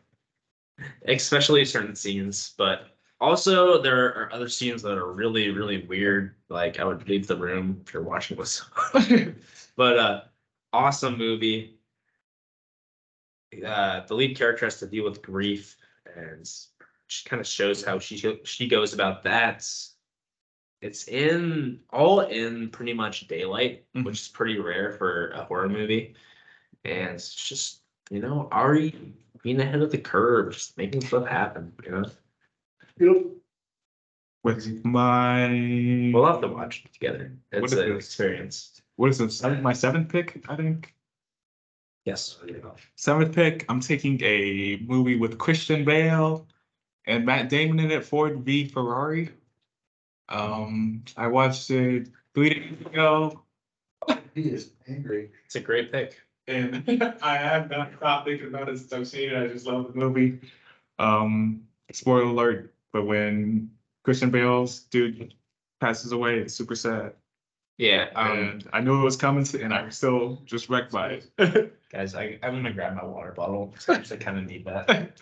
B: Especially certain scenes, but also there are other scenes that are really, really weird. Like I would leave the room if you're watching with someone. (laughs) but uh awesome movie. Uh the lead character has to deal with grief and she kind of shows how she she goes about that. It's in all in pretty much daylight,
C: Mhm.
B: which is pretty rare for a horror movie, and it's just you know Ari being ahead of the curve, just making stuff happen. You know,
C: With my.
B: we'll have to watch it together.
C: What
B: It's
C: is
B: an
C: this?
B: experience.
C: What is this? My seventh pick, I think.
B: Yes.
C: Seventh pick, I'm taking a movie with Christian Bale and Matt Damon in it, Ford v Ferrari. Um, I watched it three days ago,
I: He is angry.
B: It's a great pick.
C: and (laughs) I have not stopped thinking about it since I've seen it. I just love the movie. Um, spoiler alert, but when Christian Bale's dude passes away, it's super sad.
B: Yeah. Um,
C: And I knew it was coming, and I'm still just wrecked by it.
B: guys, I, I'm gonna grab my water (laughs) bottle because I kind of need that.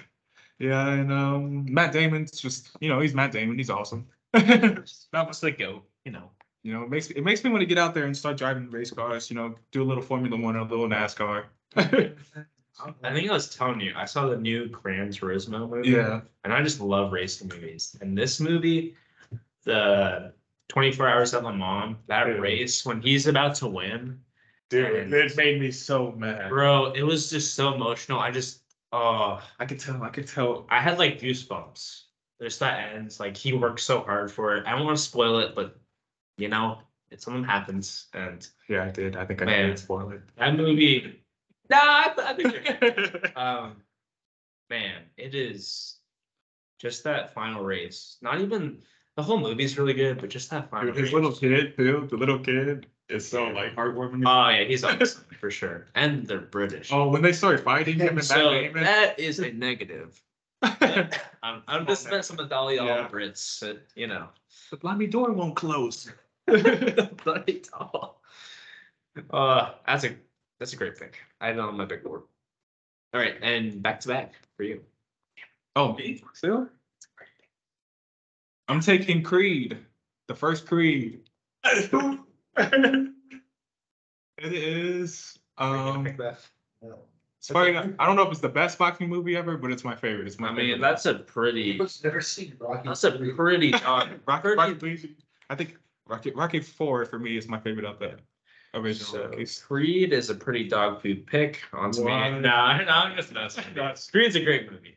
C: Yeah, and um, Matt Damon's just you know he's Matt Damon. He's awesome. (laughs) you
B: Not much like go, you know.
C: know, it makes it makes me want to get out there and start driving race cars. You know, do a little Formula One, a little NASCAR. (laughs)
B: I think I was telling you, I saw the new Gran Turismo movie.
C: yeah,
B: and I just love racing movies. And this movie, the 24 Hours at Le Mans, that
C: Dude.
B: race when he's about to win,
C: dude, it made me so mad.
B: bro, it was just so emotional. I just, oh,
C: I could tell. I could tell.
B: I had like goosebumps. There's that ends like he worked so hard for it. I don't want to spoil it, but you know, it something happens, and
C: Yeah, I did. I think I
B: Man.
C: did spoil it.
B: that movie. Nah, I, I think you're (laughs) um man it is just that final race not even the whole movie is really good but just that final
C: Dude, his
B: race.
C: little kid too. The little kid is so like heartwarming.
B: oh yeah he's awesome for sure and they're british
C: oh, when they started fighting him and
B: so
C: Matt Damon.
B: that is a
C: (laughs)
B: negative i'm, I'm just spent some dolly all
C: Yeah.
B: brits but,
C: (laughs)
B: you know (laughs)
C: the blimey door won't close.
B: bloody doll uh that's a that's a great pick i had it on my big board all right and back to back for you
C: Oh, still? I'm taking Creed, the first Creed. (laughs) it is. Um, sorry, I don't know if it's the best boxing movie ever, but it's my favorite. It's my
B: i
C: favorite.
B: mean that's a pretty
I: You've never seen Rocky.
B: That's a
I: three.
C: (laughs)
B: pretty dog.
C: Rocket,
B: pretty-
C: Rocket Three- I think Rocket Rocket Four for me is my favorite of the original.
B: So,
C: case.
B: Creed is a pretty dog food pick on to me.
C: Why?
B: (laughs) No, no, I'm just messing. with you. Creed's a great movie.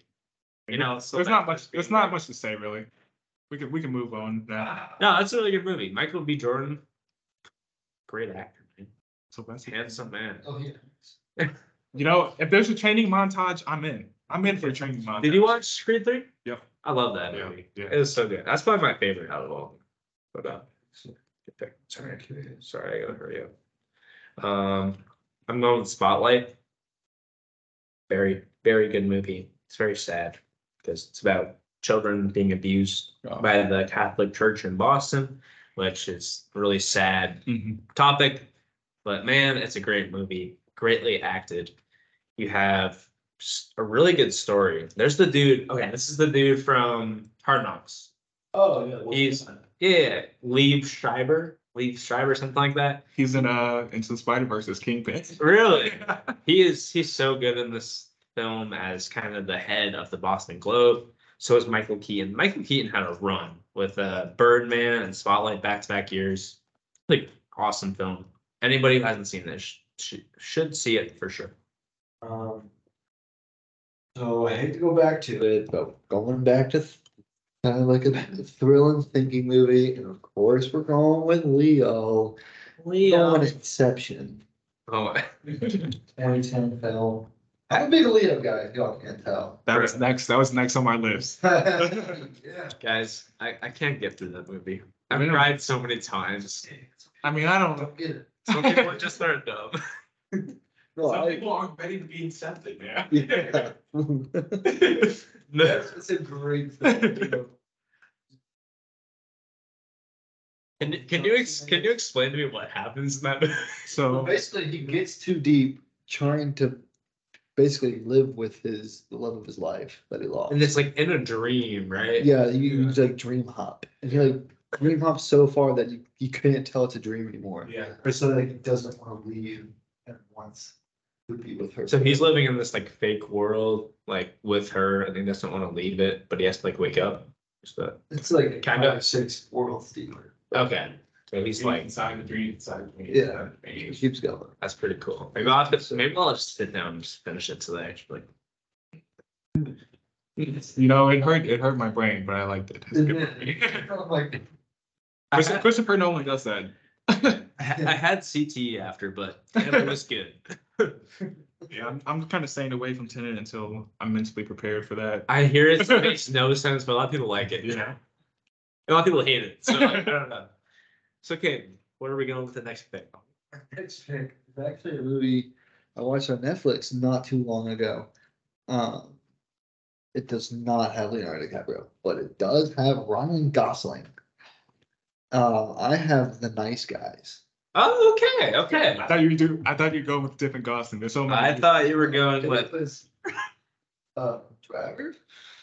B: You know, so
C: There's not much. There's not much to say really. We can we can move on now.
B: No, that's a really good movie. Michael B. Jordan, great actor, man.
C: So that's
B: handsome man.
I: Oh, yeah.
C: You know, if there's a training montage, I'm in. I'm in for a training montage.
B: Did you watch Creed three?
C: Yeah.
B: I love that
C: Yeah,
B: movie.
C: yeah.
B: It was so good. That's probably my favorite out of all. of them. But uh, good pick. sorry, sorry, I gotta hurry up. Um, I'm going with Spotlight. Very, very good movie. It's very sad because it's about children being abused
C: Oh.
B: by the Catholic Church in Boston, which is a really sad
C: Mhm.
B: topic. But man, it's a great movie, greatly acted. You have s- a really good story. There's the dude. Okay, this is the dude from Hard Knocks.
I: Oh, yeah. well,
B: He's yeah, Leave Schreiber, Leave Schreiber, something like that.
C: He's in uh into the Spider Verse's Kingpin.
B: Really, he is. He's so good in this film as kind of the head of the Boston Globe. So is Michael Keaton. Michael Keaton had a run with uh, Birdman and Spotlight back to back years. Like awesome film. Anybody who hasn't seen this sh- sh- should see it for sure.
I: Um, so I hate to go back to it,
D: but going back to kind of like a thrilling thinking movie, and of course we're going with Leo.
B: Leo.
D: Going Inception,
B: (laughs) Oh,
D: 2010 film. I'm a big Leo guy. If y'all can't tell.
C: (laughs)
D: (laughs)
C: That was next. That was next on my list.
D: yeah.
B: guys, I, I can't get through that movie. I've
C: Really?
B: cried so many times.
C: I mean, I don't.
D: Don't get it.
B: Some people are just learned dumb.
D: No,
I: some
D: I,
I: people aren't ready to be incepted, man.
D: (laughs)
I: (laughs)
D: yeah.
B: No.
D: That's it's a great film. you know.
B: Can, can you ex- can you explain to me what happens in that movie? (laughs)
D: Well,
C: So
D: basically, he gets too deep trying to basically live with his the love of his life that he lost.
B: And it's like in a dream, right?
D: yeah, you, you like dream hop, and he like dream hop so far that you, you couldn't tell it's a dream anymore.
I: Yeah.
D: Or so that he doesn't want to leave and wants to be with her.
B: So he's living in this like fake world, like with her, and he doesn't want to leave it, but he has to like wake up. Just that.
D: it's like
B: Kind
D: five,
B: of.
D: six world stealer.
B: Okay. So he's like,
I: inside the dream, inside the dream.
D: Yeah.
I: inside the
D: He
I: dream.
D: keeps going.
B: that's pretty cool. Maybe I'll have to, maybe I'll just sit down and just finish it today. Just be like,
C: you know, it hurt. It hurt my brain, but I liked it. It's a good
D: Mm-hmm.
C: movie.
D: I'm like,
B: I,
C: Christopher-
B: had,
C: Christopher Nolan does that. (laughs)
B: I had- I had CTE after, but it was good.
C: Yeah, I'm, I'm kind of staying away from Tenet until I'm mentally prepared for that.
B: (laughs) I hear it makes no sense, but a lot of people like it.
C: You know,
B: A lot of people hate it. So like, I don't know. So okay, what are we going with the next thing?
D: Next pick is actually a movie I watched on Netflix not too long ago. Um, it does not have Leonardo DiCaprio, but it does have Ryan Gosling. Uh, I have The Nice Guys.
B: Oh, okay, okay.
C: I thought you do. I thought you'd go with different Gosling. There's so many.
B: I thought you were going
D: It
B: with
D: was, uh, Driver.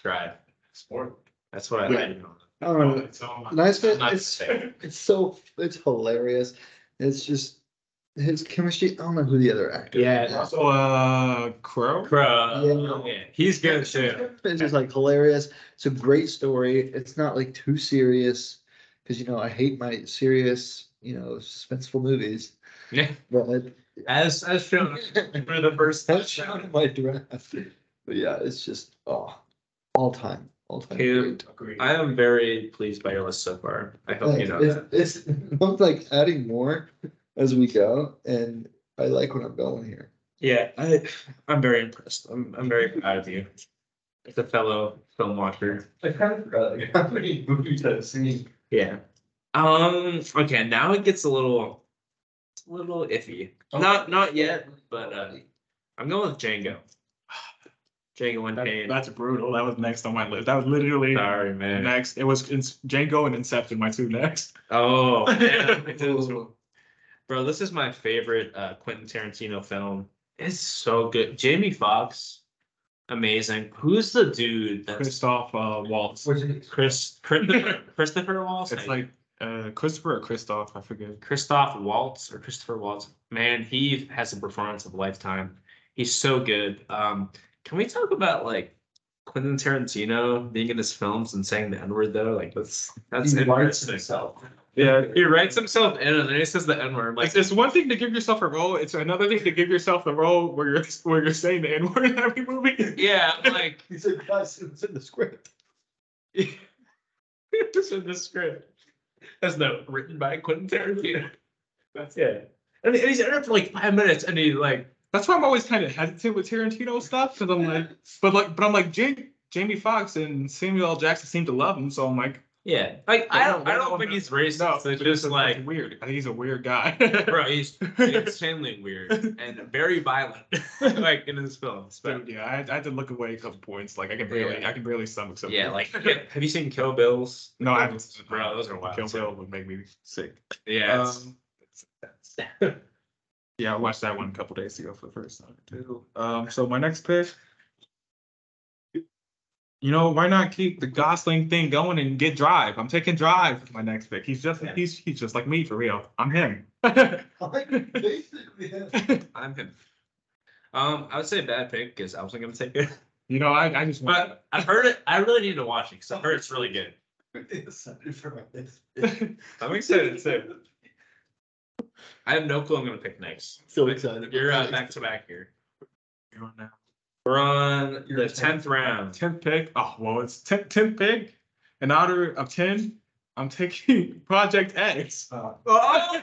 B: drive.
I: Sport.
B: That's what I
D: Yeah.
B: had.
D: I don't know.
I: It's all my-
D: Um, Nice
B: I'm
D: Guys.
B: not the
D: It's,
B: same.
D: it's so it's hilarious. It's just his chemistry. I don't know who the other actor.
B: Yeah.
D: is.
C: Also, uh, Crow.
B: Crow.
D: Yeah.
B: Yeah, he's good
D: (laughs)
B: too.
D: It's just like hilarious. It's a great story. It's not like too serious because you know I hate my serious, you know, suspenseful movies.
B: Yeah.
D: But like,
B: As as
D: (laughs)
B: shown for the first
D: that's shown in my draft. But yeah, it's just oh, all time, all time.
B: Yeah.
D: great.
I: Agreed.
B: I am very pleased by your list so far. I hope you
D: Like,
B: know that.
D: it's, it's (laughs) I'm like adding more as we go, and I like what I'm going here.
B: Yeah, I I'm very impressed. I'm I'm very proud of you. As a fellow film watcher.
I: I kind of forgot like, how many movies I've seen.
B: Yeah. Um. Okay. Now it gets a little, it's a little iffy. Not not yet, but uh, I'm going with Django. (sighs) Django
C: That-
B: Unchained.
C: that's brutal. That was next on my list. That was literally
B: Sorry, man.
C: next. It was in, Django and Inception, my two next. (laughs)
B: Oh, yeah, I did as well. bro, this is my favorite uh, Quentin Tarantino film. It's so good. Jamie Foxx, amazing. Who's the dude that's
C: Christoph uh, Waltz.
D: Which is
B: Chris
C: (laughs)
B: Christopher, Christopher Waltz?
C: It's like uh, Christopher or Christoph. I forget.
B: Christoph Waltz or Christopher Waltz. Man, he has a performance of a lifetime. He's so good. Um, can we talk about like Quentin Tarantino being in his films and saying the N word though? Like that's that's
D: he writes
B: interesting.
D: himself.
C: Yeah.
B: He writes himself in and then he says the N word.
C: uh,
B: Like
C: It's, it's one thing to give yourself a role. It's another thing to give yourself the role where you're where you're saying the N word in every movie. (laughs)
B: yeah, like
D: He's a guy it's in the script. (laughs)
B: it's in the script. That's not written by Quentin Tarantino. That's yeah. And, and he's in it for like five minutes and he like
C: That's why I'm always kind of hesitant with Tarantino stuff because I'm like, but like, but I'm like, J- Jamie Foxx and Samuel L. Jackson seem to love him, so I'm like,
B: yeah. Like I
C: Yeah,
B: don't
C: no,
B: I
C: no,
B: don't think
C: no.
B: he's racist.
C: no,
B: it's
C: but he's
B: just
C: a-
B: like
C: he's weird. I think he's a weird guy.
B: (laughs)
C: (laughs)
B: bro, he's insanely weird and very violent, like in his films. But
C: But yeah, I, I had to look away a couple points. Like I can barely,
B: Yeah.
C: I can barely stomach something.
B: yeah, like
C: (laughs)
B: have you seen Kill Bills?
C: no, I haven't.
B: Bro, those are wild.
C: Kill
B: too.
C: Bill would make me sick.
B: Yeah, it's-
C: Um, (laughs) yeah, I watched that one a couple days ago for the first time too. Um, so my next pick, you know, why not keep the Gosling thing going and get Drive? I'm taking Drive for my next pick. He's just he's he's just like me for real. I'm him. (laughs)
B: I'm him. Um, I would say bad pick because I was gonna take
C: (laughs)
B: it.
C: You know, I, I just
B: but I heard it. I really need to watch it because I heard it's really good. I'm excited too. I have no clue I'm gonna pick next.
D: So excited.
B: You're uh, back to back here. You're on now. We're on the tenth round.
C: Tenth pick. Oh well, it's tenth tenth pick. In honor of ten, I'm taking (laughs) Project X. Oh,
B: (laughs)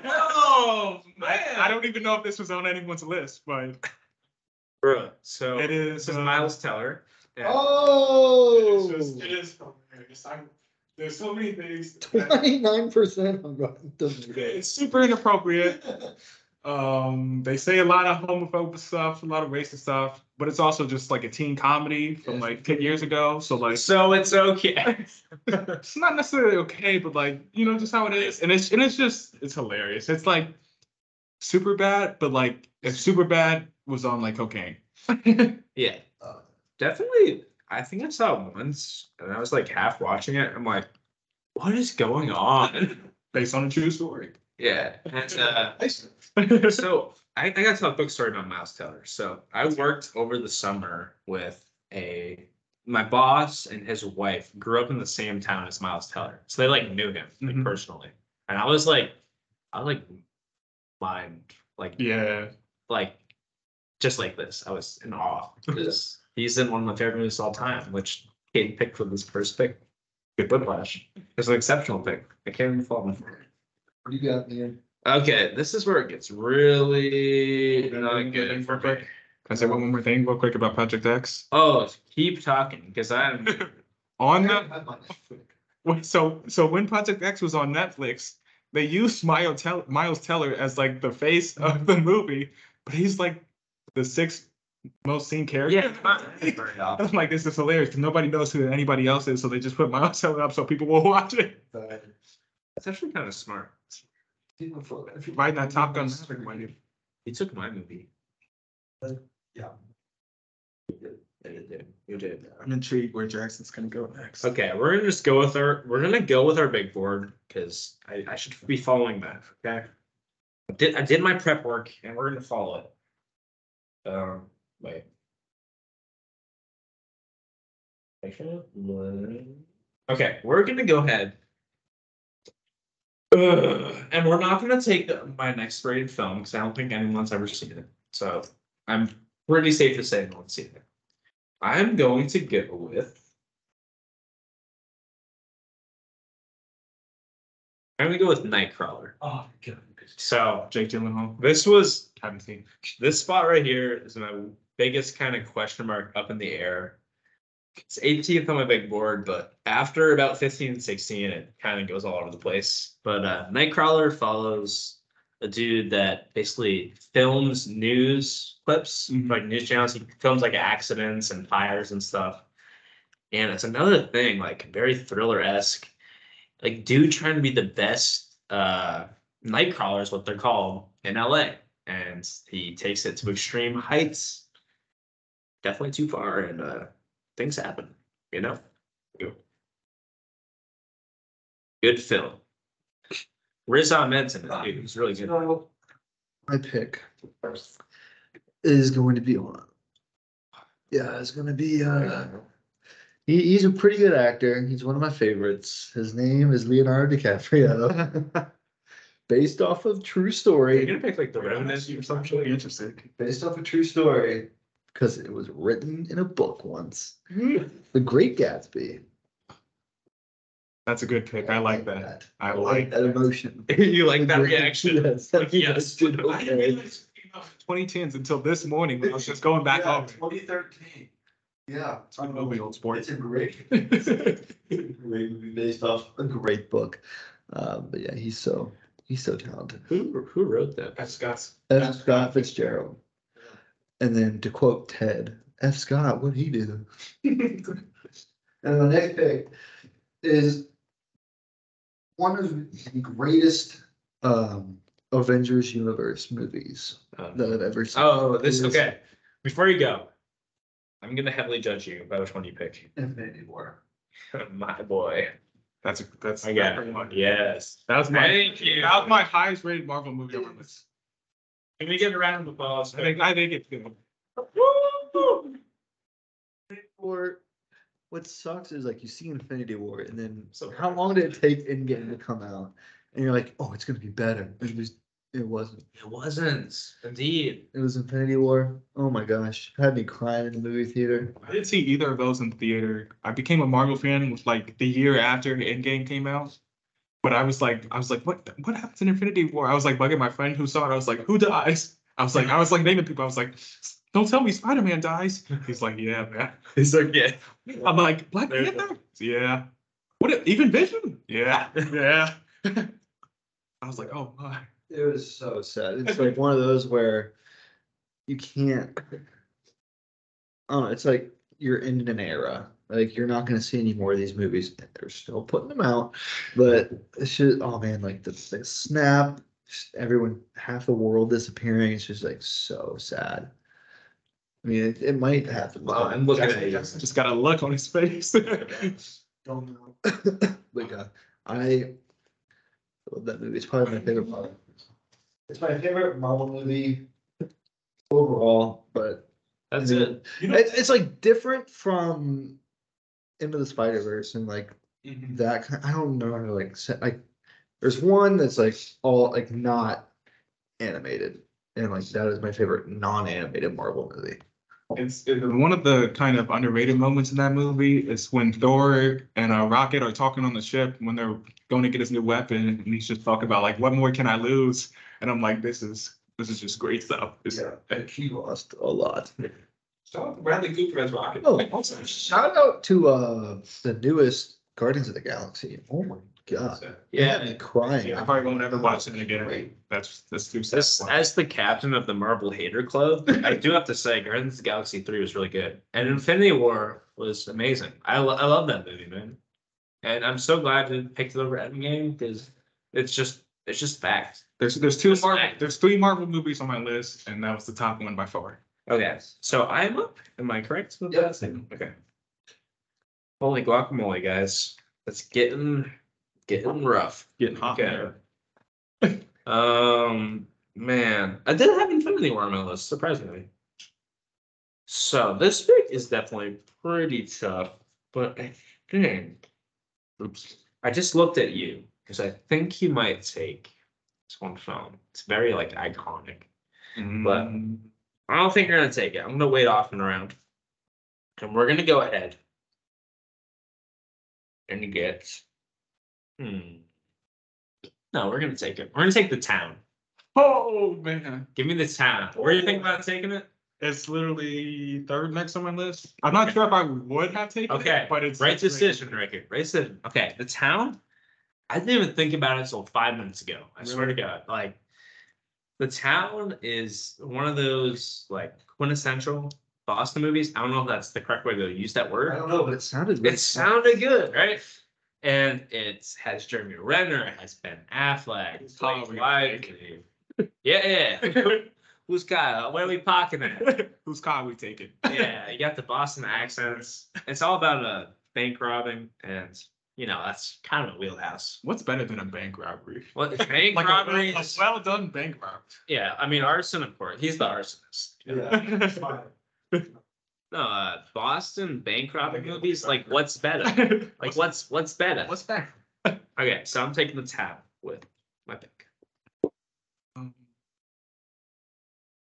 C: no, man! I, I don't even know if this was on anyone's list, but
B: Bruh, so
C: it is.
B: This is
C: uh,
B: Miles Teller. Yeah.
D: Oh. (laughs)
C: It is, just, it is hilarious. I, there's so many (laughs) things. that-
D: Twenty-nine percent on Rotten
C: it's
D: Tomatoes.
C: super inappropriate. Um, they say a lot of homophobic stuff, a lot of racist stuff, but it's also just like a teen comedy from like ten years ago. So like,
B: So it's okay.
C: (laughs) it's not necessarily okay, but like you know, just how it is, and it's and it's just it's hilarious. It's like super bad, but like if super bad was on like cocaine.
B: (laughs)
C: (laughs)
B: Yeah. Uh, Definitely. I think I saw it once and I was like half watching it. I'm like, what is going on? (laughs)
C: Based on a true story.
B: Yeah. And uh,
C: (laughs)
B: so I, I got to tell a quick story about Miles Teller. So I worked over the summer with a my boss and his wife grew up in the same town as Miles Teller. So they like knew him like,
D: Hmm.
C: Mhm.
B: personally. And I was like, I was like blind, like
C: Yeah.
B: like just like this. I was in awe because he's in one of my favorite movies of all time, which Kate picked for this first pick. Good Whiplash. It's an exceptional pick. I can't even fault him for it.
D: What do you got, man?
B: Okay, this is where it gets really not good.
C: Real quick. Can I say one more thing real quick about Project X?
B: Oh, keep talking because I'm
C: On that
D: I have mine.
C: Wait, so so when Project X was on Netflix, they used Miles Teller, Miles Teller as like the face
B: Mm-hmm.
C: of the movie, but he's like the sixth most seen character.
B: yeah.
C: And (laughs) I'm like, this is hilarious because nobody knows who anybody else is, so they just put Miles Teller up so people will (laughs) watch it.
D: But-
B: It's actually kind of smart.
D: People for- if you-
C: Right now, Top Gun Maverick might be-
B: He took my movie.
D: Yeah.
B: Yeah, you did. You did.
C: I'm intrigued where Jackson's gonna go next.
B: Okay, we're gonna just go with our we're gonna go with our big board because I, I should be following that. Okay. I did I did my prep work and we're gonna follow it. Um wait. Actually, Okay, we're gonna go ahead. Ugh, and we're not gonna take my next rated film because I don't think anyone's ever seen it. So I'm pretty safe to say no one's seen it. I'm going to go with I'm gonna go with Nightcrawler.
I: Oh, God.
B: So
C: Jake Gyllenhaal.
B: this was
C: Haven't seen.
B: this spot right here is my biggest kind of question mark up in the air. It's 18th on my big board, but after about 15 and 16, it kind of goes all over the place. But uh, Nightcrawler follows a dude that basically films news clips,
C: Mhm.
B: like news channels. He films like accidents and fires and stuff. And it's another thing, like very thriller esque. Like, dude trying to be the best uh, Nightcrawler is what they're called in LA and he takes it to extreme heights. Definitely too far, and uh, things happen, you know. Good film. Riz Ahmed's in it. Dude. It's really good.
I: So,
D: My pick is going to be on. Yeah, it's going to be. Uh, he, he's a pretty good actor. He's one of my favorites. His name is Leonardo DiCaprio. (laughs) Based off of true
B: Are you
D: story.
B: gonna pick like the Revenant or
C: Actually
B: something?
C: interested.
D: Based off a true story, because it was written in a book once.
C: Hmm.
D: The Great Gatsby.
C: That's a good pick. I like that. I like
D: that emotion.
B: (laughs) you like that
D: The Great-
B: reaction?
D: Yes. that
B: Yes.
D: reaction,
C: I didn't
D: (laughs) okay.
C: realize it came out in 2010s until this morning when I was just going back
I: yeah,
C: over. it.
I: 2013. Yeah.
C: It's a good movie, old sport.
I: It's a
B: (laughs)
D: (laughs)
I: great, great movie based off.
D: a great book. Um, but yeah, he's so he's so talented.
B: Who (laughs) who wrote that?
C: F. Scott's.
D: F. Scott Fitzgerald. And then to quote Ted, F. Scott, what'd he do? (laughs)
I: And the next pick.
D: Is one of the greatest um, Avengers universe movies
B: Um,
D: that I've ever seen.
B: oh, this okay. Before you go, I'm gonna heavily judge you by which one you pick. (laughs)
I: Infinity War.
B: My boy.
C: That's a, that's
B: I got
C: that's
B: it.
C: pretty much-
B: Yes.
C: That was my
B: Thank you.
C: that was my highest rated Marvel movie on my list.
B: Can we get a round of applause?
C: I think I think it's good.
D: Or what sucks is like you see Infinity War, and then how long did it take Endgame to come out? And you're like, oh, it's gonna be better. And it just it wasn't.
B: It wasn't. Indeed.
D: It was Infinity War. Oh my gosh, had me crying in the movie theater.
C: I didn't see either of those in theater. I became a Marvel fan with like the year after Endgame came out. But I was like, I was like, what what happens in Infinity War? I was like bugging my friend who saw it. I was like, who dies? I was like, I was like naming people. I was like, don't tell me Spider Man dies. He's like, yeah, man.
B: (laughs) He's like, yeah.
C: I'm like, Black Panther? Yeah. What? if- Even Vision?
B: (laughs)
C: Yeah, yeah. I was like, oh my.
D: It was so sad. It's like one of those where you can't. I don't know. It's like you're in an era. Like you're not gonna see any more of these movies. They're still putting them out, but it's just oh man, like the, the snap, just everyone, half the world disappearing. It's just like so sad. I mean, it, it might happen.
B: Wow, I'm looking at you.
C: Just got a look on his face. (laughs)
D: Don't know. but uh, I love that movie. It's probably my favorite Marvel. It's my favorite Marvel movie overall, but
B: That's
D: I mean,
B: it.
D: it's, it's like different from Into the Spider Verse and like that kind. I don't know. how to, Like se- like there's one that's like all like not animated, and like that is my favorite non-animated Marvel movie.
C: It's it- one of the kind of underrated moments in that movie is when Thor and uh, Rocket are talking on the ship when they're going to get his new weapon, and he's just talking about like, what more can I lose? And I'm like, this is this is just great stuff. It's-
D: He lost a lot.
B: Shout out to Bradley Cooper as Rocket.
D: Oh, shout out to uh the newest Guardians of the Galaxy. Oh my god.
B: Yeah.
D: Had me crying.
C: I probably won't ever watch it again. That's that's too sad.
B: As, as the captain of the Marvel Hater Club, I do have to say Guardians of the Galaxy 3 was really good. And Infinity War was amazing. I, lo- I love that movie, man. And I'm so glad it picked it over Endgame because it's just it's just fact.
C: There's there's two
B: Just
C: Marvel
B: act.
C: there's three Marvel movies on my list, and that was the top one by far.
B: Okay. So I'm up. Am I correct? with that statement? Okay. Holy guacamole, guys. It's getting getting rough.
C: Getting hot.
B: Okay. um man. I did have Infinity War on my list, surprisingly. So this pick is definitely pretty tough, but I think oops. I just looked at you because I think you might take this one film. It's very like iconic. But
C: Mm.
B: I don't think you're gonna take it. I'm gonna wait off and around. And we're gonna go ahead and get hmm. No, we're gonna take it. We're gonna take the town.
C: Oh man.
B: Give me the town. What do you think about taking it?
C: It's literally third next on my list. I'm not sure if I would have taken
B: Okay,
C: it, but it's
B: right
C: it's great.
B: decision, right here. Right decision. Okay, the town. I didn't even think about it until five minutes ago. I swear to God, like the town is one of those like quintessential Boston movies. I don't know if that's the correct way to use that word.
D: I don't know, but it sounded really
B: It sounded good, right? And it has Jeremy Renner, it has Ben Affleck, it's Blake
C: Colin
B: Lively. Yeah, yeah. (laughs) Who's got uh, where are we parking at? (laughs)
C: Whose car we taking?
B: Yeah, you got the Boston accents. It's all about uh bank robbing and you know, that's kind of a wheelhouse.
C: What's better than a bank robbery?
B: (laughs) What bank
C: Like a-
B: robbery
C: A
B: is-
C: well done bank robbery.
B: yeah, I mean arson of course. He's the arsonist. you know? (laughs) No, uh Boston bank robbing movies, like what's better? (laughs)
C: (laughs)
B: Like what's what's better?
C: What's that?
B: (laughs) Okay, so I'm taking the tab with my pick.
C: Um,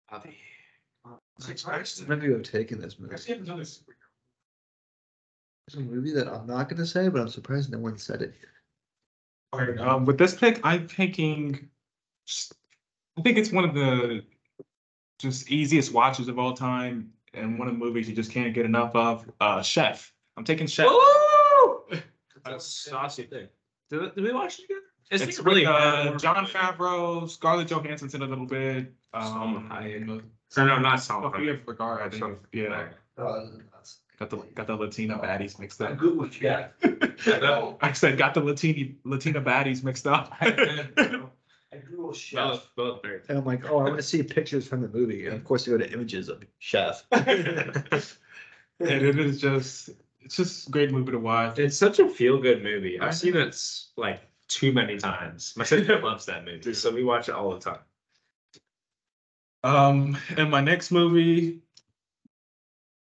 B: Avi.
D: I just remember you have taken this movie.
C: actually, I haven't done this.
D: It's a movie that I'm not gonna say, but I'm surprised no one said it.
C: All right, um, with this pick, I'm picking. just- I think it's one of the just easiest watches of all time, and one of the movies you just can't get enough of. Uh, Chef. I'm taking Chef.
B: Woo! That's a saucy thing. Did, did we watch it together? It's,
C: It's really uh, John Favreau, Scarlett Johansson's in a little bit. Um,
B: Salma Hayek. No, no, not Salma.
C: Sofia Vergara, I think.
B: Sofia
C: Yeah, got the got the Latina baddies mixed
I: I'm
C: up.
I: good with that.
C: I said got the Latina Latina baddies mixed
B: (laughs)
C: up.
I: I grew a chef.
B: Both, both very.
D: Uh, And I'm like, oh, I want to see pictures from the movie. And of course, you go to images of Chef.
C: and it is just it's just a great movie to watch.
B: It's such a feel good movie. I've seen it s- like too many times. My sister (laughs) loves that movie, so we watch it all the time.
C: Um, and my next movie,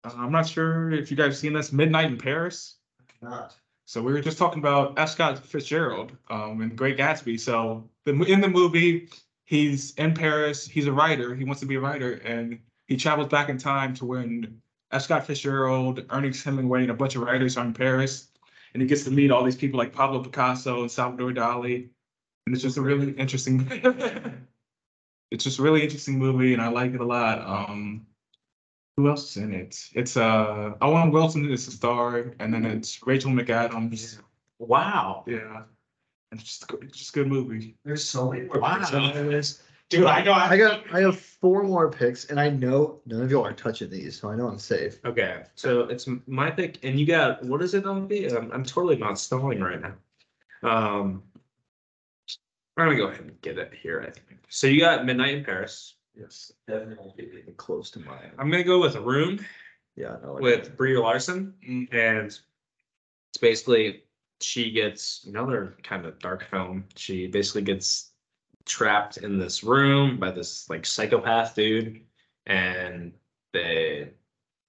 C: uh, I'm not sure if you guys have seen this, Midnight in Paris.
I: Not.
C: So we were just talking about F. Scott Fitzgerald um, and Great Gatsby. So the, in the movie, he's in Paris. He's a writer. He wants to be a writer, and he travels back in time to when F. Scott Fitzgerald, Ernest Hemingway, and a bunch of writers are in Paris, and he gets to meet all these people like Pablo Picasso and Salvador Dali, and it's just a really interesting. (laughs) it's just a really interesting movie, and I like it a lot. Um, who else is in it? It's uh Owen Wilson is the star, and then it's Rachel McAdams.
B: Wow.
C: Yeah. And it's just a good- it's just a good movie.
I: There's so many more
C: Wow.
I: picks on my list.
C: Dude, I know.
D: I got I have four more picks, and I know none of y'all are touching these, so I know I'm safe.
B: Okay, so it's m- my pick, and you got what is it on the? I'm, I'm totally not stalling right now. Um, I'm gonna go ahead and get it here. I think. So you got Midnight in Paris.
D: Yes.
I: Definitely.
D: Close to mine.
B: I'm gonna go with Room
D: Yeah, I know. it.
B: with Brie Larson, and it's basically she gets another kind of dark film. She basically gets trapped in this room by this like psychopath dude, and they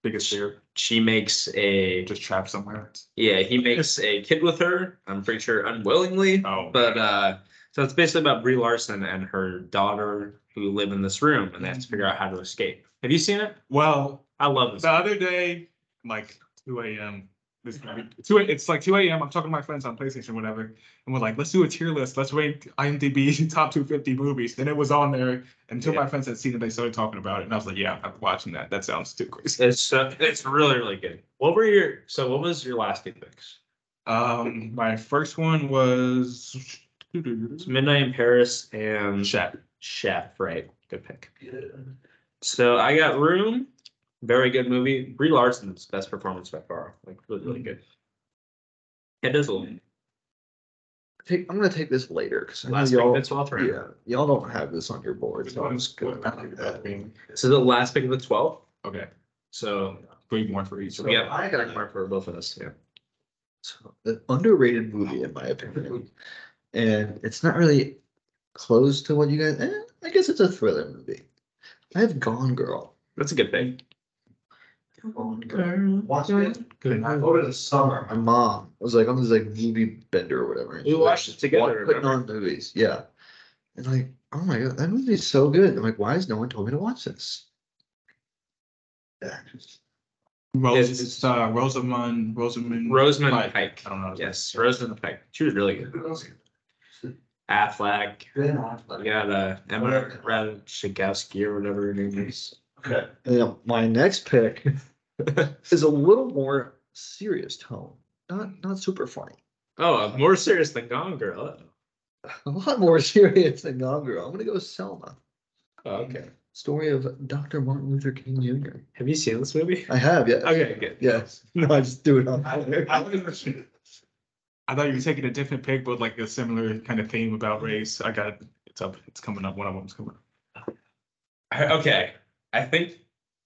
C: Biggest fear.
B: she makes a
C: Just trapped somewhere.
B: yeah, he makes a kid with her. I'm pretty sure unwillingly.
C: Oh.
B: But uh, so it's basically about Brie Larson and her daughter who live in this room, and they have to figure out how to escape. Have you seen it?
C: Well,
B: I love this.
C: the other day, like two a.m. This two it's like two a.m. I'm talking to my friends on PlayStation, whatever, and we're like, let's do a tier list. Let's rate IMDb (laughs) top 250 movies. And it was on there until my friends had seen it. They started talking about it, and I was like, yeah, I'm watching that. That sounds too crazy.
B: It's so it's really really good. What were your so what was your last two picks?
C: Um, my first one was
B: It's Midnight in Paris and
C: Shat.
B: Chef, right? Good pick. So I got Room, very good movie. Brie Larson's best performance by far, like really really good. It does a little
D: Take, I'm gonna take this later because I know
B: last pick.
D: y'all.
B: That's all three.
D: Yeah, y'all don't have this on your board, so I'm just gonna do that.
B: So the last pick of the 12.
C: Okay,
B: So
C: three more for each.
D: So
B: Yeah.
D: I got
B: mark for both of us. Yeah.
D: So, an underrated movie in my opinion, and it's not really close to what you guys. Eh, I guess it's a thriller movie. I have Gone Girl.
B: That's a good thing.
D: Gone Girl.
I: Watched it. I- over the summer.
D: My mom was like on this like movie bender or whatever. and
B: We
D: she, like,
B: watched it together,
D: Putting on movies, yeah. And like, oh my god, that movie's so good. I'm like, why has no one told me to watch this? Yeah.
C: Rose,
B: It's-
C: it's uh, Rosamund, Rosamund.
B: Rosamund Pike.
C: I don't know.
B: Yes, Rosamund Pike. She was really good. Affleck.
I: Ben Affleck.
B: We got uh, Emma Ratajkowski or whatever her name is.
I: Okay.
D: And then my next pick (laughs) is a little more serious tone, not not super funny.
B: Oh, uh, more serious than Gone Girl.
D: A lot more (laughs) serious than Gone Girl. I'm gonna go with Selma. Mm.
B: Oh, okay.
D: Story of Dr. Martin Luther King Jr.
B: Have you seen this movie?
D: I have, yes.
B: Okay, good.
D: Yes. (laughs) No, I just do it on.
I: I-
D: there.
I: I was-
C: I thought you were taking a different pick, but like a similar kind of theme about
I: Mm-hmm.
C: race. I got it's up. It's coming up. One of them's coming up.
B: I- okay. I think.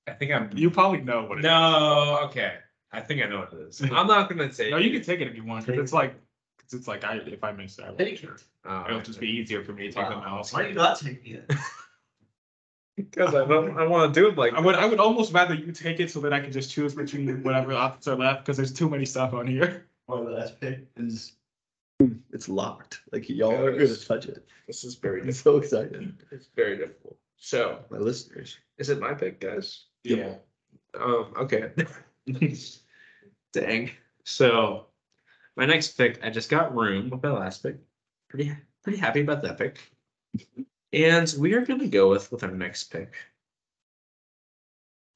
B: I think
I: Um,
B: I'm.
C: You probably know what it is.
B: No. Okay. I think I know what it is. I'm not gonna say.
C: No, you can take it if you want. 'cause it's like, 'cause it's like I if I miss that,
I: Thank you.
B: Oh,
C: it'll just be easier for me to take them out.
I: Why are you not taking it? (laughs)
B: because I don't. I want to do it like.
C: I would I would almost rather you take it so that I can just choose between whatever options are left because there's too many stuff on here.
I: Or the last pick.
D: is Mm, it's locked. Like y'all are gonna
B: Yes.
D: touch it.
B: This is very.
D: I'm so excited.
B: It's very difficult. So,
D: My listeners.
B: is it my pick, guys?
C: Yeah.
B: Um, okay. (laughs) Dang. So, my next pick, I just got Room with my last pick. Pretty, pretty happy about that pick. And we are gonna go with with our next pick.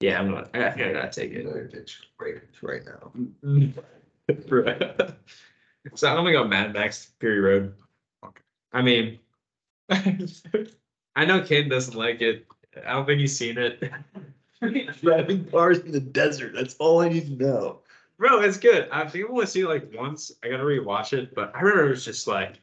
B: Yeah, I'm gonna. I think I gotta take it.
D: Another bitch right, right now.
B: Right. (laughs) so I'm gonna go Mad Max Fury Road.
C: Okay.
B: I mean, (laughs) I know Ken doesn't like it. I don't think he's seen it. (laughs)
D: Driving cars in the desert. That's all I need to know.
B: Bro, it's good. I think I've only seen it like once. I gotta rewatch it, but I remember it was just like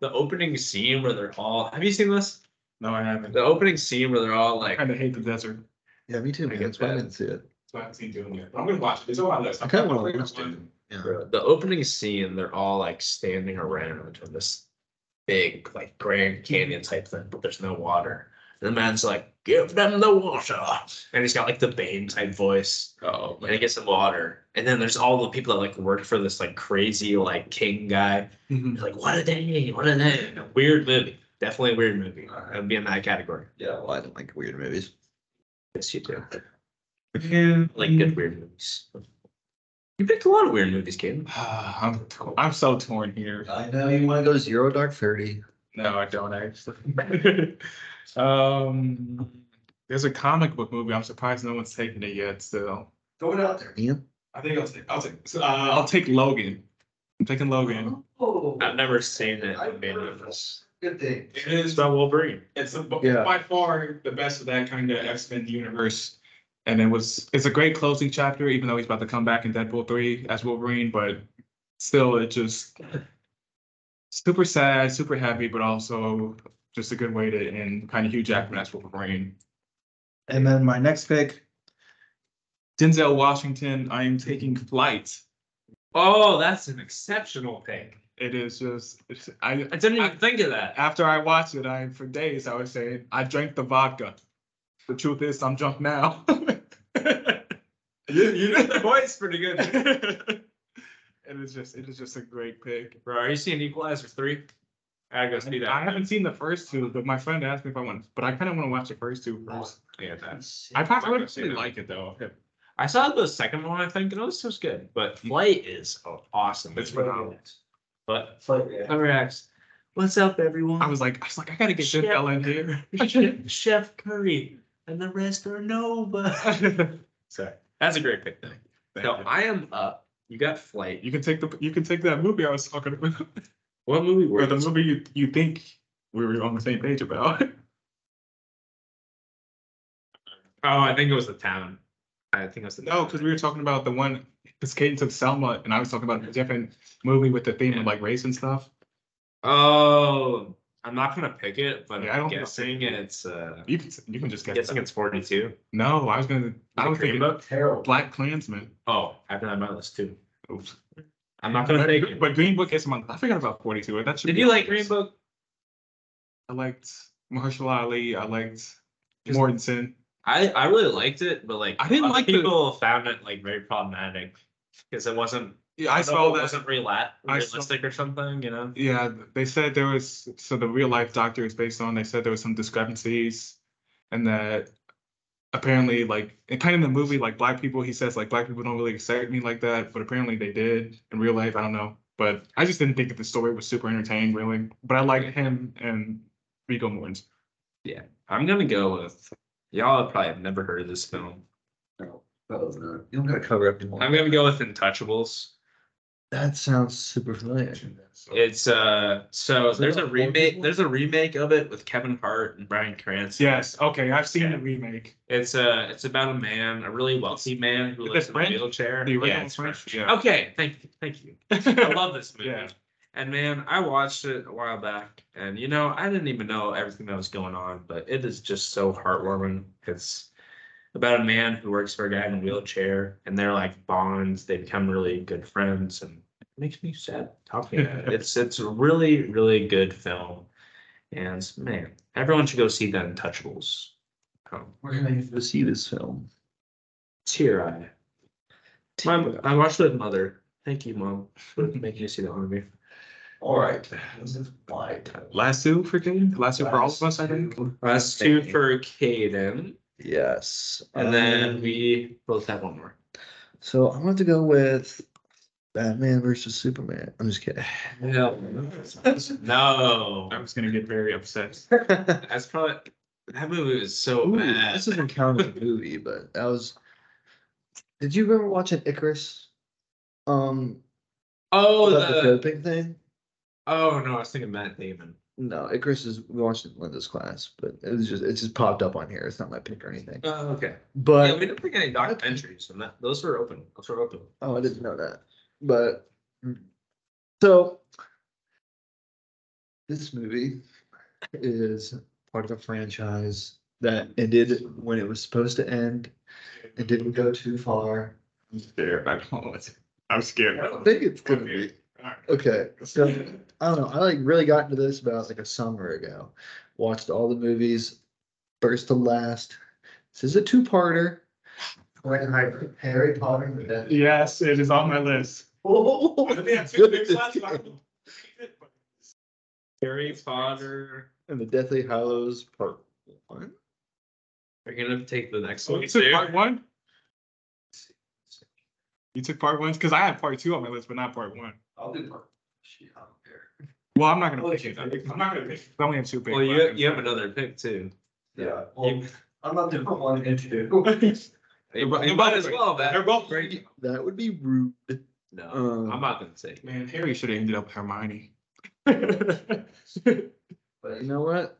B: the opening scene where they're all. Have you seen this?
C: No, I haven't.
B: The opening scene where they're all
C: I
B: like,
C: kind of hate the desert.
D: Yeah, me too,
B: I
D: man.
B: get
D: That's why I
B: that.
D: didn't see it.
C: So I haven't seen Dune yet, but I'm gonna watch it. It's on my list.
D: I kinda wanna
C: I'm gonna
D: watch Dune.
B: Bro, The opening scene, they're all like standing around in this big, like Grand Canyon type thing, but there's no water. And the man's like, "Give them the water," and he's got like the Bane type voice. Oh, and he gets some water, and then there's all the people that like work for this like crazy like king guy.
I: Mm-hmm.
C: Mhm.
B: He's like, "What a day! What a day!" Weird movie, definitely a weird movie. Uh, It would be in that category.
D: Yeah, well, I don't like weird movies.
B: Yes, you do. You like good weird movies. You picked a lot of weird movies, Caden.
C: (sighs) I'm I'm so torn here.
D: I know you want to go zero dark thirty.
C: No, I don't actually. (laughs) um, there's a comic book movie. I'm surprised no one's taken it yet. Still,
I: Throw it out there.
D: Yeah.
C: I think I'll take. I'll take. so, uh, I'll take Logan. I'm taking Logan.
I: Oh,
B: I've never seen it.
I: I've
B: I've
I: heard
B: of
I: of
B: this.
I: good thing.
C: It is
B: It's about Wolverine.
C: It's a,
D: Yeah.
C: by far the best of that kind of X Men universe, and it was it's a great closing chapter. Even though he's about to come back in Deadpool three as Wolverine, but still, it just super sad, super happy, but also just a good way to end kind of Hugh Jackman as Wolverine. And then my next pick, Denzel Washington. I am taking Flight.
B: Oh, that's an exceptional pick.
C: It is just it's, I
B: I didn't even think of that.
C: after I watched it, I for days I was saying I drank the vodka. The truth is, I'm drunk now.
B: (laughs) You, you did the voice pretty good.
C: it is just, (laughs) it is just a great pick.
B: Bro, are you seeing Equalizer 3? I gotta go see that.
C: I haven't seen the first two, but my friend asked me if I want, but I kind of want to watch the first two first.
B: Yeah, that's.
C: I probably
B: Might
C: would
B: go see
C: actually
B: that.
C: like it though.
B: I saw the second one, I think, and it was just good. But Flight is an awesome.
C: It's
B: movie.
C: phenomenal.
B: But
I: Fight react.
B: Flight Reacts. What's up, everyone?
C: I was like, I was like, I gotta get
B: Shit.
C: Denzel in here.
B: Chef- Chef Curry, and the rest are Nova.
C: (laughs)
B: Sorry, that's a great pick, though.
C: Thank
B: So
C: you.
B: I am up. You got Flight.
C: You can take the, you can take that movie I was talking about,
B: (laughs) What movie were
C: or the
B: you?
C: movie you, you think we were on the same page about.
B: (laughs) Oh, I think it was The Town. I think it was The
C: No, because we were talking about the one, because Caden took Selma, and I was talking about a different movie with the theme
B: Yeah.
C: of like race and stuff.
B: Oh, I'm not gonna pick it, but
C: Yeah, I
B: I'm
C: don't think I'll
B: guessing
C: pick it.
B: it's. uh
C: You can you can just
B: I'm
C: guess.
B: guessing
C: that.
B: it's 42.
C: No, I was gonna. I
B: it
C: was thinking
B: Greenbook?
I: Terrible.
C: Black Klansman.
B: Oh, I've been on my list too.
C: Oops.
B: I'm not gonna
C: But,
B: take it.
C: but Green Book is my. I forgot about Forty Two. That should.
B: Did
C: be
B: you
C: on
B: like
C: my
B: Green
C: list.
B: Book?
C: I liked Mahershala Ali. I liked
B: Just-
C: Mortensen.
B: I I really liked it, but like
C: I didn't
B: a lot of
C: like the-
B: people found it like very problematic because it wasn't.
C: Yeah, I
B: don't know
C: saw
B: if it
C: that.
B: wasn't reala-
C: I saw-
B: realistic or something, you know.
C: Yeah, they said there was so the real life doctor is based on. They said there was some discrepancies, and that apparently, like, and kind of in the movie, like black people, he says like black people don't really accept me like that, but apparently they did in real life. I don't know, but I just didn't think that the story was super entertaining, really. But I liked him and Viggo Mortensen.
B: I'm gonna go with y'all. Probably have never heard of this film.
D: No, probably not. You don't gotta cover up anymore.
B: I'm gonna go with Untouchables.
D: That sounds super familiar.
B: It's uh so
D: Is it
B: there's a
D: about four
B: remake
D: people?
B: there's a remake of it with Kevin Hart and Brian Cranston.
C: Yes, okay, I've seen
B: Yeah.
C: the remake.
B: It's uh it's about a man, a really wealthy man who
C: Is
B: lives
C: it
B: in
C: French?
B: a wheelchair.
C: The
B: yeah,
C: original
B: it's
C: French.
B: French.
C: Yeah.
B: Okay, thank you, thank you. I
C: (laughs)
B: love this movie.
C: Yeah.
B: And man, I watched it a while back, and you know, I didn't even know everything that was going on, but it is just so heartwarming. It's about a man who works for a guy in a wheelchair, and they're like bonds. They become really good friends, and it makes me sad talking about it. It's it's a really really good film, and man, everyone should go see The Untouchables. Oh,
D: We're gonna have to see this film.
B: tear eye. My, I watched it with mother. Thank you, mom, for making you see that movie.
I: All right. This is my time.
C: Last two for Kane. Last two for all of us, I think.
B: Last two for Caden.
D: Yes.
B: And then
D: Um,
B: we both have one more.
D: So I'm going to go with Batman versus Superman. I'm just kidding.
B: No.
C: I was gonna get very upset.
B: (laughs) That's probably that movie was so
D: Ooh,
B: bad.
D: this isn't counted as a movie, but that was. Did you ever watch an Icarus? Um,
B: oh
D: about the
B: the,
D: doping thing.
B: oh no, I was thinking Matt Damon.
D: No, Icarus is we watched it in Linda's class, but it was just it just popped up on here. It's not my pick or anything.
B: Oh, okay. yeah,
D: But
B: we didn't pick any documentaries and that those were open. Those were open.
D: Oh, I didn't know that. But so this movie is part of a franchise that ended when it was supposed to end. It didn't go too far.
C: I'm scared. I don't know. I'm scared.
D: I don't think it's gonna be. Okay, so I don't know. I like really got into this about like a summer ago. Watched all the movies, first to last. This is a two-parter. Went Harry, Harry Potter. and the
C: (laughs)
D: Deathly
C: Yes, it is on my list.
D: Oh,
B: Harry Potter.
D: And the Deathly Hallows Part One.
B: We're gonna take the next
C: So
B: one.
C: Oh, you took
B: too.
C: part one? You took part one? Because I have part two on my list, but not part one.
I: I'll do part. Shit, I don't care.
C: Well, I'm not gonna pick
D: Oh,
C: it. I'm not gonna pick. it. I only have two picks.
B: Well, you you have another pick too.
I: Yeah, well, I'm not doing one and two.
B: You
C: (laughs)
B: might- you might as well, man.
C: They're both great.
D: That would be rude.
B: No,
C: Oh.
D: Um,
B: I'm not gonna say.
C: Man, Harry should have ended up
I: (laughs)
C: with Hermione.
D: But you know what?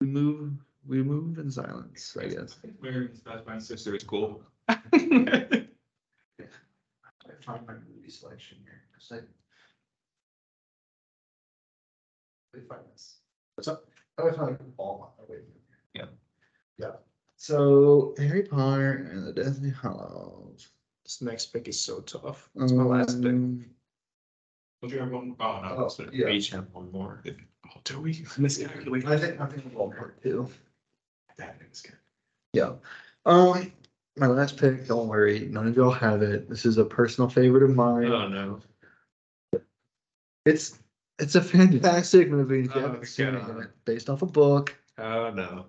D: We move. We move in silence. I guess.
C: Mary's best friend's sister is
I: (laughs)
C: cool.
I: I find my movie selection here, cause I. We find this. What's up? I always find like all my way.
B: Yeah.
I: Yeah.
D: So Harry Potter and the Deathly Hallows.
B: This next pick is so tough.
D: That's
I: Um,
D: my last pick.
C: Don't you have one? Oh, no.
I: Oh,
C: that's it.
I: yeah.
B: We each have one more.
C: Oh, do (laughs) we miscalculate?
I: I think, I think of all part.
D: Two.
C: That is good.
D: Yeah. Um, my last pick. Don't worry, none of y'all have it. This is a personal favorite of mine.
B: Oh no.
D: It's it's a fantastic movie. If
B: Oh,
D: you haven't seen it,
B: God.
D: yet, based off a book.
B: Oh no.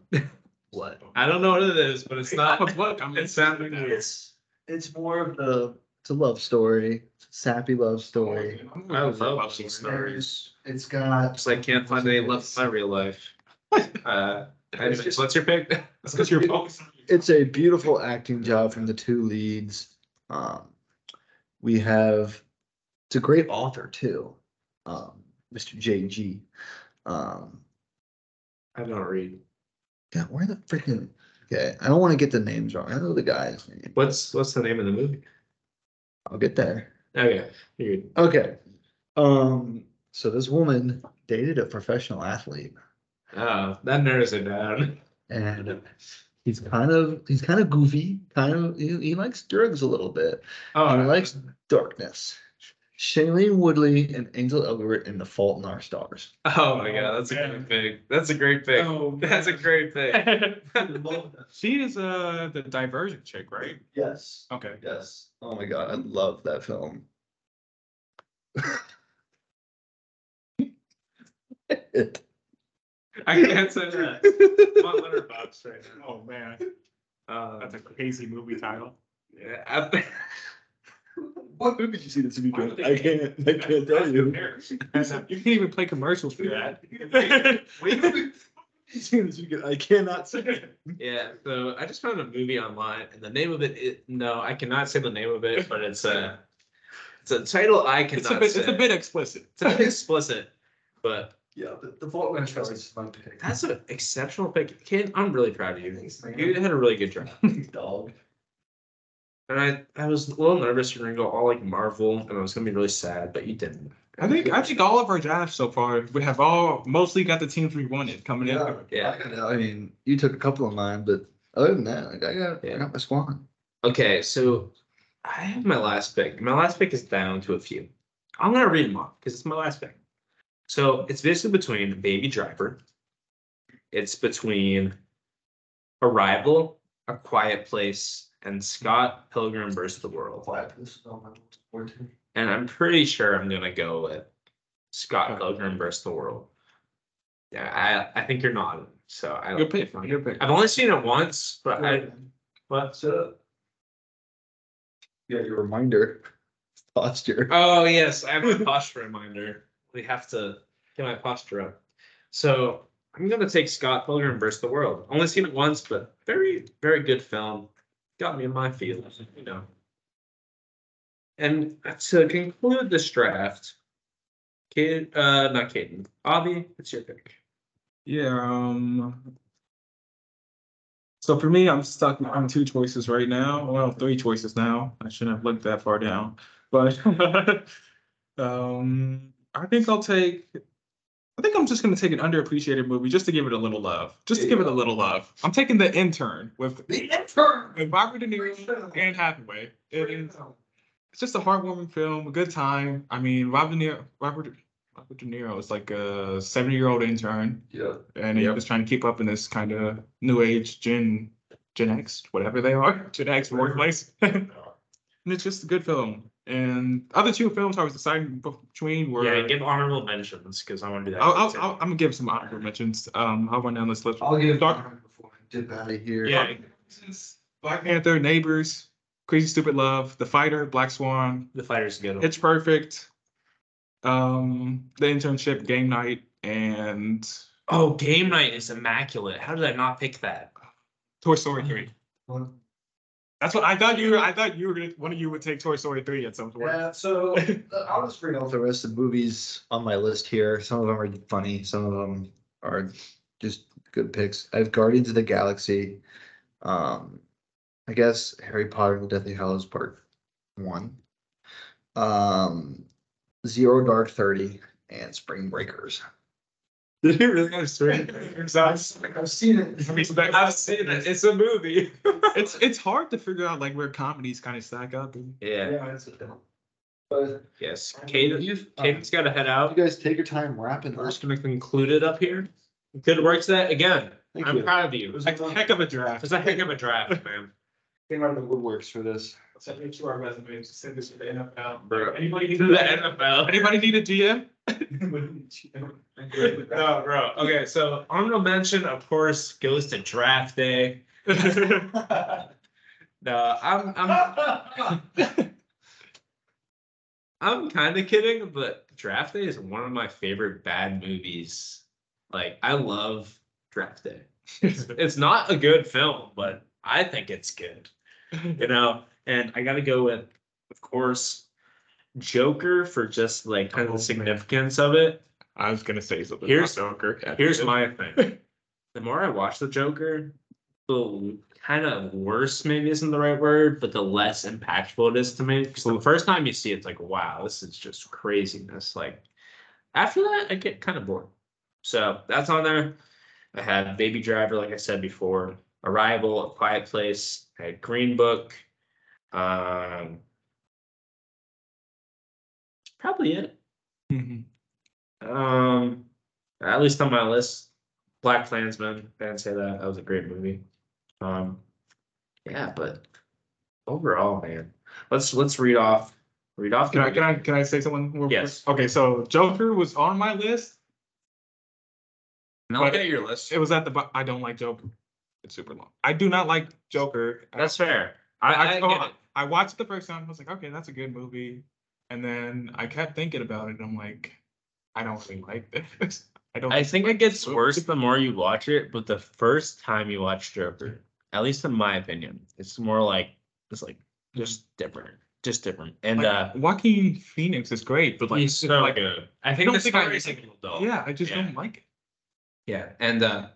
D: What?
B: I don't know what it is, but
I: (laughs)
B: it's not.
C: Look, look, I'm
B: It's sounding weird.
D: It's it's more of the it's a love story, sappy love story.
B: I love love
C: Sorry.
B: stories.
D: It's got
B: Just like can't find any left in my real life. Uh, anyways, what's your pick?
C: That's because you're focused on.
D: it's a beautiful acting job from the two leads. Um, we have it's a great author too, um, Mr. JG. Um,
B: (laughs) I don't read.
D: God, where the freaking okay? I don't want to get the names wrong. I know the guy's name.
B: What's what's the name of the movie?
D: I'll get there.
B: Okay, you're good.
D: Okay. Um, so this woman dated a professional athlete
B: Oh, that narrows it down.
D: and he's kind of he's kind of goofy, kind of he, he likes drugs a little bit.
B: Oh,
D: and he likes darkness. Shailene Woodley and Angel Elgort in The Fault in Our Stars.
B: (laughs) oh my god, that's a
C: Man.
B: great pick. That's a great pick.
C: Oh,
B: (laughs) That's a great pick.
C: (laughs) She is uh the Divergent chick, right?
I: Yes,
C: (laughs) Okay.
I: yes.
D: Oh my god, I love that film.
B: I can't say that. My letterbox right
C: Oh man,
B: now. Uh,
C: that's a crazy movie title.
B: yeah, I
D: (laughs)
B: think-
D: What movie did you see this
C: weekend? I
D: can't I
B: (laughs)
D: can't tell you.
C: (laughs) you can even play commercials for (laughs) that.
B: (laughs)
D: I cannot say.
B: yeah. So I just found a movie online, and the name of it. it no, I cannot say the name of it, but it's a. It's a title I cannot
C: It's a bit.
B: say.
C: It's a bit explicit.
B: It's a bit explicit, but
I: (laughs) Yeah, the, the Vault Witch is my pick.
B: that's an exceptional pick. Ken, I'm really proud of you.
I: Thanks, man.
B: You had a really good job.
I: (laughs) Dog.
B: And I, I was a little nervous you were gonna go all like Marvel, and I was gonna be really sad, but you didn't.
C: I think. I think all of our drafts so far we have all mostly got the teams we wanted coming in.
I: Yeah.
D: I,
B: Yeah.
D: gotta- I mean, you took a couple of mine, but other than that, like I got, I
B: Yeah.
D: got my squad.
B: Okay, so I have my last pick. My last pick is down to a few. I'm gonna read them off because it's my last pick. So it's basically between Baby Driver. It's between Arrival, A Quiet Place, and Scott Pilgrim versus the World.
I: Quiet Place, oh my lord.
B: And I'm pretty sure I'm gonna go with Scott
C: Okay.
B: Pilgrim versus the World. Yeah, I, I think you're nodding. So I
C: Good pick. Good pick.
B: I've only seen it once, but I what?
I: So,
D: Yeah, your reminder, posture.
B: Oh yes, I have my posture reminder. We have to get my posture up. So I'm gonna take Scott Pilgrim versus the World. Only seen it once, but very, very good film. Got me in my feelings, you know. And to conclude this draft, Kid, uh, not Caden, Avi, it's your pick.
C: Yeah. Um. So for me, I'm stuck on two choices right now. Well, three choices now. I shouldn't have looked that far (laughs) down, but um, I think I'll take I think I'm just gonna take an underappreciated movie just to give it a little love. Just to give it a little love. I'm taking the intern with
I: the intern
C: with Robert De Niro and Hathaway. It is. It's just a heartwarming film, a good time. I mean, Robert De Niro, Robert, Robert De Niro is like a 70 year old intern,
I: Yeah.
C: and he was trying to keep up in this kind of new age Gen Gen X, whatever they are, (laughs) Gen X workplace. (laughs) and it's just a good film. And other two films I was deciding between were
B: yeah, give honorable mentions because I want to do that.
C: I'll, I'll, I'll, I'm gonna give some honorable mentions. Um, I'll run down this list.
I: I'll give
C: Dark
I: before I dip out of here.
B: yeah,
C: Black Panther, Neighbors, Crazy Stupid Love, The Fighter, Black Swan,
B: the fighter's a good. One.
C: It's Perfect, um, The Internship, Game Night, and
B: Oh, game night is immaculate. How did I not pick that?
C: Toy Story Three.
I: One.
C: That's what I thought you. I thought you were gonna. One of you would take Toy Story Three at some point.
I: Yeah, so uh, I'll just bring
D: all
I: up
D: the rest of the movies on my list here. Some of them are funny. Some of them are just good picks. I have Guardians of the Galaxy. Um, I guess Harry Potter and the Deathly Hallows Part One. Um, Zero Dark Thirty and Spring Breakers.
C: Did you really understand?
I: I've seen it.
C: I mean,
B: I've seen it. It's a movie.
C: it's it's hard to figure out like where comedies kind of stack up. And
B: Yeah.
I: Yeah, it's a film. But
B: Yes.
I: I
B: Caden,
I: believe, uh,
B: Caden's got to head out.
D: You guys take your time wrapping
B: We're
D: up.
B: just gonna conclude it up here. Good work today. Again,
D: Thank
B: I'm
D: you.
B: proud of you.
I: It was
C: Heck, heck of a draft.
B: It's a heck of
C: (laughs)
B: a draft, man.
D: Came out of the woodworks for this.
C: Send it to our resumes. Send this to the NFL.
B: Bro.
C: Anybody
B: The
C: need
B: NFL.
C: Anybody need a GM?
B: (laughs) No, bro. Okay, so honorable mention, of course, goes to draft
C: (laughs)
B: day. No, I'm I'm (laughs) I'm kind of kidding, but Draft Day is one of my favorite bad movies. Like I love Draft Day.
C: (laughs)
B: It's, it's not a good film, but I think it's good. You know, and I got to go with, of course, Joker for just like kind of
C: Oh, man.
B: the significance of it.
C: I was gonna say something.
B: Here's-
C: about Joker.
B: Here's my thing: the more I watch the Joker, the kind of worse maybe isn't the right word, but the less impactful it is to me. Because the first time you see it, it's like, wow, this is just craziness. Like after that, I get kind of bored. So that's on there. I had Baby Driver, like I said before, Arrival, A Quiet Place, I had Green Book. Um, that's probably it. mm-hmm.
C: Mhm.
B: Um, at least on my list, Black Klansman. I didn't say that. That was a great movie. Um, yeah, but overall, man, let's let's read off read off.
C: Can
B: the
C: I can I can I say something? real quick?
B: Yes.
C: Okay, so Joker was on my list.
B: Now look at your list.
C: It was at the. bo- I don't like Joker. It's super long. I do not like Joker.
B: That's fair.
C: I
B: I, I,
C: I,
B: get
C: oh,
B: it.
C: I watched it the first time. I was like, okay, that's a good movie. And then I kept thinking about it. And I'm like, I don't really like this. (laughs) I don't.
B: I think it gets worse the more you watch it, but the first time you watch Joker, at least in my opinion, it's more like it's like just different, just different. And
C: Like,
B: uh,
C: Joaquin Phoenix is great, but like,
B: he's so
C: like
B: good. I
C: I
B: think
C: don't
B: the
C: think I-
B: story's a little dull.
C: yeah, I just
B: Oh, Yeah.
C: don't like it.
B: Yeah, and uh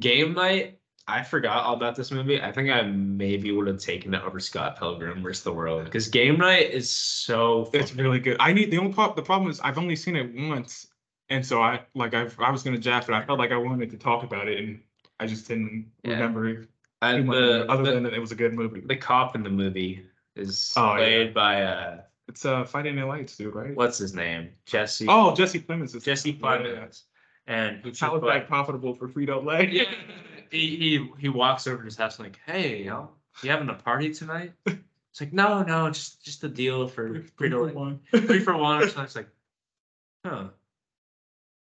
B: game night, I forgot all about this movie. I think I maybe would have taken it over Scott Pilgrim versus the World because game night is so. Fun.
C: It's really good. I need the only part. The problem is I've only seen it once, and so I like I've, I was gonna draft it. I felt like I wanted to talk about it, and I just didn't
B: Yeah.
C: remember it
B: I-
C: too much
B: the,
C: other
B: the,
C: than that it was a good movie.
B: the cop in the movie is
C: Oh, yeah.
B: played by uh,
C: it's uh Friday Night Lights, dude, right?
B: what's his name? Jesse.
C: Oh, Jesse Plemons. Is
B: Jesse
C: Yeah.
B: Plemons, and he
C: How
B: just
C: is
B: like
C: that profitable for Frito Lay?
B: yeah, he, he he walks over to his house like, hey, y'all, you having a party
C: (laughs)
B: tonight? It's like, no, no, just just a deal for Frito Lay. three for one or something. It's like, huh.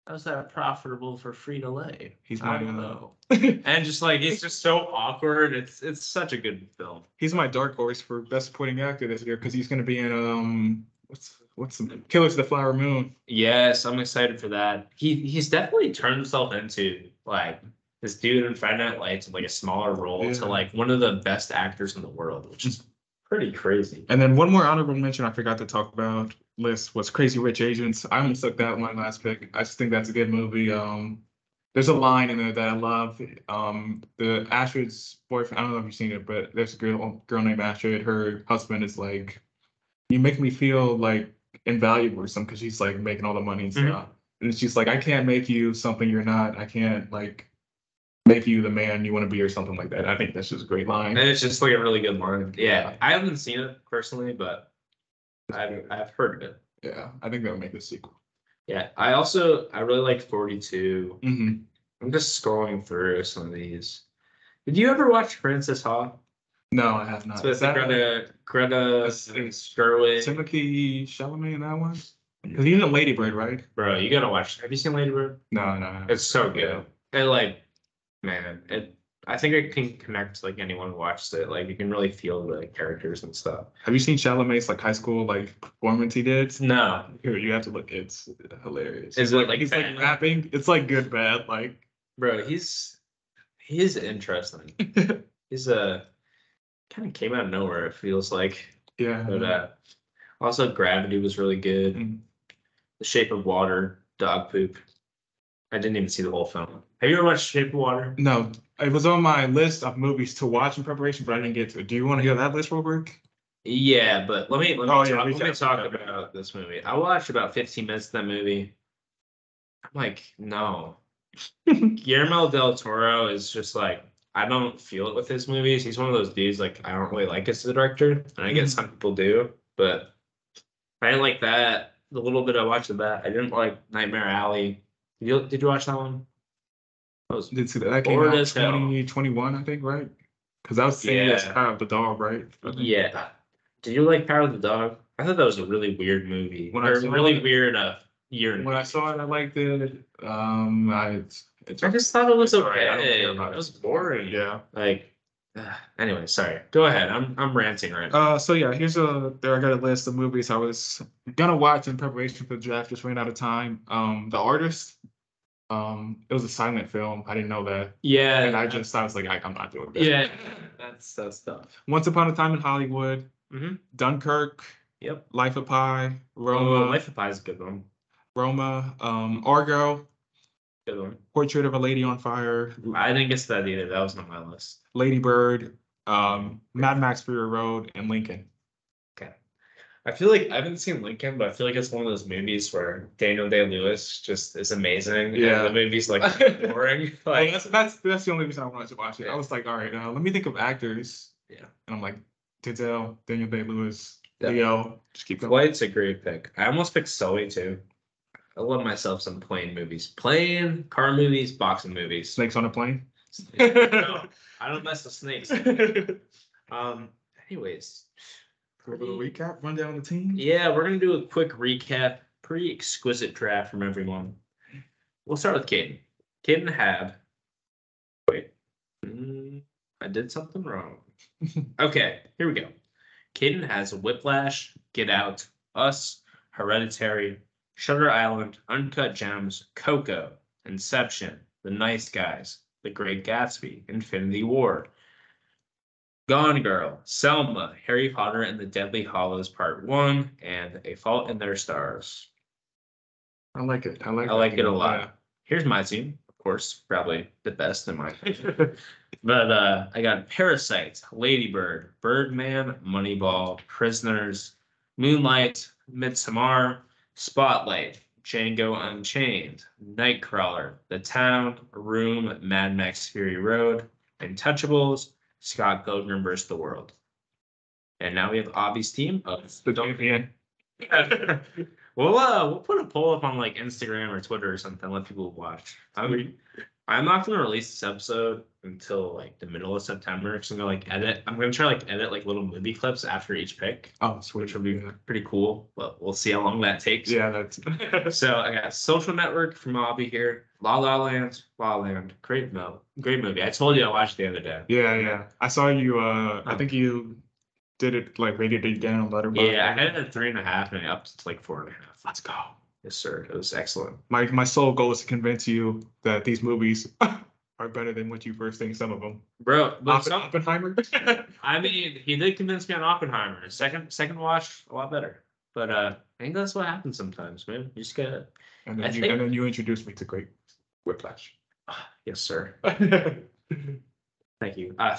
B: How's that profitable for free to lay?
C: He's
B: I
C: my
B: don't
C: uh,
B: know. (laughs) And just like it's just so awkward. It's it's such a good film.
C: (laughs) he's my dark horse for best supporting actor this year because he's gonna be in um what's what's the Killers of the Flower Moon.
B: Yes, I'm excited for that. He he's definitely turned himself into like this dude in Friday Night Lights in like a smaller role
C: Yeah.
B: to like one of the best actors in the world, which is pretty crazy.
C: And then one more honorable mention I forgot to talk about list was Crazy Rich Asians. I almost took that with my last pick. I just think that's a good movie. Um, there's a line in there that I love. Um, the Astrid's boyfriend. I don't know if you've seen it, but there's a girl girl named Astrid. Her husband is like, "You make me feel like invaluable or something," because she's like making all the money and
B: Mhm.
C: stuff. and she's like, I can't make you something you're not. I can't like make you the man you want to be or something like that. I think that's just a great line.
B: And it's just like a really good line. Yeah, I haven't seen it personally, but I've I've heard of it.
C: Yeah, I think that would make a sequel.
B: Yeah, I also I really like Forty
C: Mhm.
B: I'm just scrolling through some of these. Did you ever watch Princess Ha?
C: No, I have not.
B: So it's
C: Is that
B: Greta Greta Gerwig.
C: Timothy Chalamet in that one? Because he's in Lady Bird, right?
B: Bro, you gotta watch. Uh, Have you seen Lady Bird?
C: No, no.
B: It's so good. It like, man, it. I think it can connect like anyone who watches it. Like you can really feel the characters and stuff.
C: Have you seen Chalamet's like high school like performance he did?
B: No.
C: Here, you have to look. It's hilarious.
B: Is it like,
C: he's
B: bad?
C: like rapping. It's like good bad. Like
B: bro, he's he is (laughs) interesting. he's a kind of came out of nowhere. It feels like.
C: Yeah.
B: But uh, also Gravity was really good. The Shape of Water, Dog Poop. I didn't even see the whole film. Have you ever watched Shape of Water?
C: no, it was on my list of movies to watch in preparation, but I didn't get to it. Do you want to hear that list real quick?
B: Yeah, but let me let me
C: Oh,
B: talk,
C: yeah, we
B: let me
C: got-
B: talk about this movie. I watched about 15 minutes of that movie. I'm like,
C: (laughs)
B: no. Guillermo del Toro is just like I don't feel it with his movies. He's one of those dudes like I don't really like as a director, and I guess
C: Mm-hmm.
B: some people do, but I didn't like that. The little bit I watched of that, I didn't like Nightmare Alley. Did you did you watch that one? That was
C: Did see that? That came
B: bored
C: out
B: as hell.
C: 2021, I think, right? Because I was saying it's
B: Yeah.
C: kind of the dog, right?
B: Yeah. Did you like Power of the Dog? I thought that was a really weird movie.
C: When
B: When
C: I
B: or
C: saw
B: really
C: it-
B: weird uh year.
C: When I saw it, I liked it. Um, I it's,
B: I just thought it was
C: I don't
B: okay.
C: care
B: It
C: about it.
B: was boring.
C: Yeah.
B: Like (sighs) ugh. anyway, sorry. Go ahead. I'm I'm ranting right now.
C: Uh, so yeah, here's a there. I got a list of movies I was gonna watch in preparation for the draft. Just ran out of time. Um, the artist. Um, it was a silent film. I didn't know that.
B: Yeah.
C: And I just I was like, I, I'm not doing that.
B: Yeah. That's that's tough.
C: Once upon a time in Hollywood.
B: Mhm.
C: Dunkirk.
B: Yep.
C: Life of Pi. Roma.
B: Oh, Life of Pi is a good one.
C: Roma. Um, Argo.
B: Good one.
C: Portrait of a Lady on Fire.
B: I didn't get to that either. That was not my list.
C: Lady Bird. Um, Mad Max Fury Road and Lincoln.
B: I feel like I haven't seen Lincoln, but I feel like it's one of those movies where Daniel Day Lewis just is amazing.
C: Yeah.
B: And the movie's like (laughs) boring.
C: Like,
B: Like
C: that's, that's that's the only reason I wanted to watch it. I was like, all right, uh, let me think of actors.
B: Yeah.
C: And I'm like, Denzel, Daniel Day Lewis,
B: Yeah.
C: Leo. Just keep going.
B: Flight's a great pick. I almost picked Sully too. I love myself some plane movies. Plane, car movies, boxing movies.
C: Snakes on a plane. (laughs)
B: No, I don't mess with snakes. Um, anyways.
C: Over the recap, run down the team.
B: Yeah, we're gonna do a quick recap. Pretty exquisite draft from everyone. We'll start with Caden. Caden Hab. Wait. Mm, I did something wrong. okay, here we go. Caden has Whiplash, Get Out, Us, Hereditary, Shutter Island, Uncut Gems, Coco, Inception, The Nice Guys, The Great Gatsby, Infinity War, Gone Girl, Selma, Harry Potter and the Deadly Hollows Part 1, and A Fault in Their Stars.
C: I like it. I like
B: I like it a lot. Here's my team, of course, probably the best in my
C: (laughs)
B: opinion. but uh, I got Parasite, Ladybird, Birdman, Moneyball, Prisoners, Moonlight, Midsommar, Spotlight, Django Unchained, Nightcrawler, The Town, Room, Mad Max Fury Road, Untouchables, Scott Pilgrim versus the World. And now we have Avi's team of
C: The
B: (laughs)
C: champion. (laughs)
B: well, uh, we'll put a poll up on like Instagram or Twitter or something. Let people watch. I'm, I'm not gonna release this episode until like the middle of September. Cause I'm gonna like edit. I'm gonna try like edit like little movie clips after each pick,
C: Oh, sweet.
B: which will be pretty cool. But we'll see how long that takes.
C: Yeah, that's
B: (laughs) so I got Social Network from Abby here. La La Land, La La Land, great mo, great movie. I told you I watched it the other day.
C: yeah, yeah. I saw you uh I think you did it like rated it down on Letterboxd.
B: Yeah, I had it at three and a half and it upped to like four and a half. Let's go. Yes, sir. It was excellent.
C: My my sole goal is to convince you that these movies (laughs) are better than what you first think some of them.
B: Bro, but
C: Oppen-
B: some-
C: Oppenheimer. (laughs)
B: I mean, he did convince me on Oppenheimer. Second second watch, a lot better. But uh, I think that's what happens sometimes, man. You just gotta,
C: And
B: I
C: then, you,
B: think-
C: and then you introduced me to Great Whiplash. (laughs)
B: yes, sir.
C: no,
B: Thank you. Uh,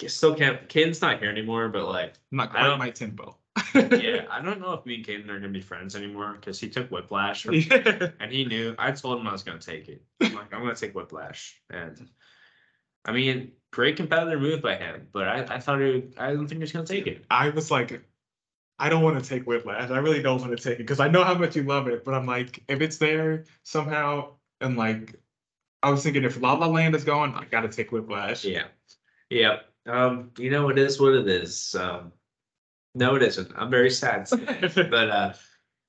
B: I still can't. Caden's not here anymore, but like,
C: not
B: I
C: quite
B: don't- (laughs)
C: my tempo.
B: yeah, I don't know if me and Caden are gonna be friends anymore because he took Whiplash, from- and he knew. I told him I was gonna take it. I'm like, I'm gonna take Whiplash, and I mean, great competitor move by him, but I, I thought he, would- I don't think he was gonna take it.
C: I was like, I don't want to take Whiplash. I really don't want to take it because I know how much you love it. But I'm like, if it's there somehow, and like, I was thinking if La La Land is gone, I gotta take Whiplash.
B: Yeah, yeah. Um, you know, it is what it is. Um, no, it isn't. I'm
C: (laughs)
B: very sad, but uh,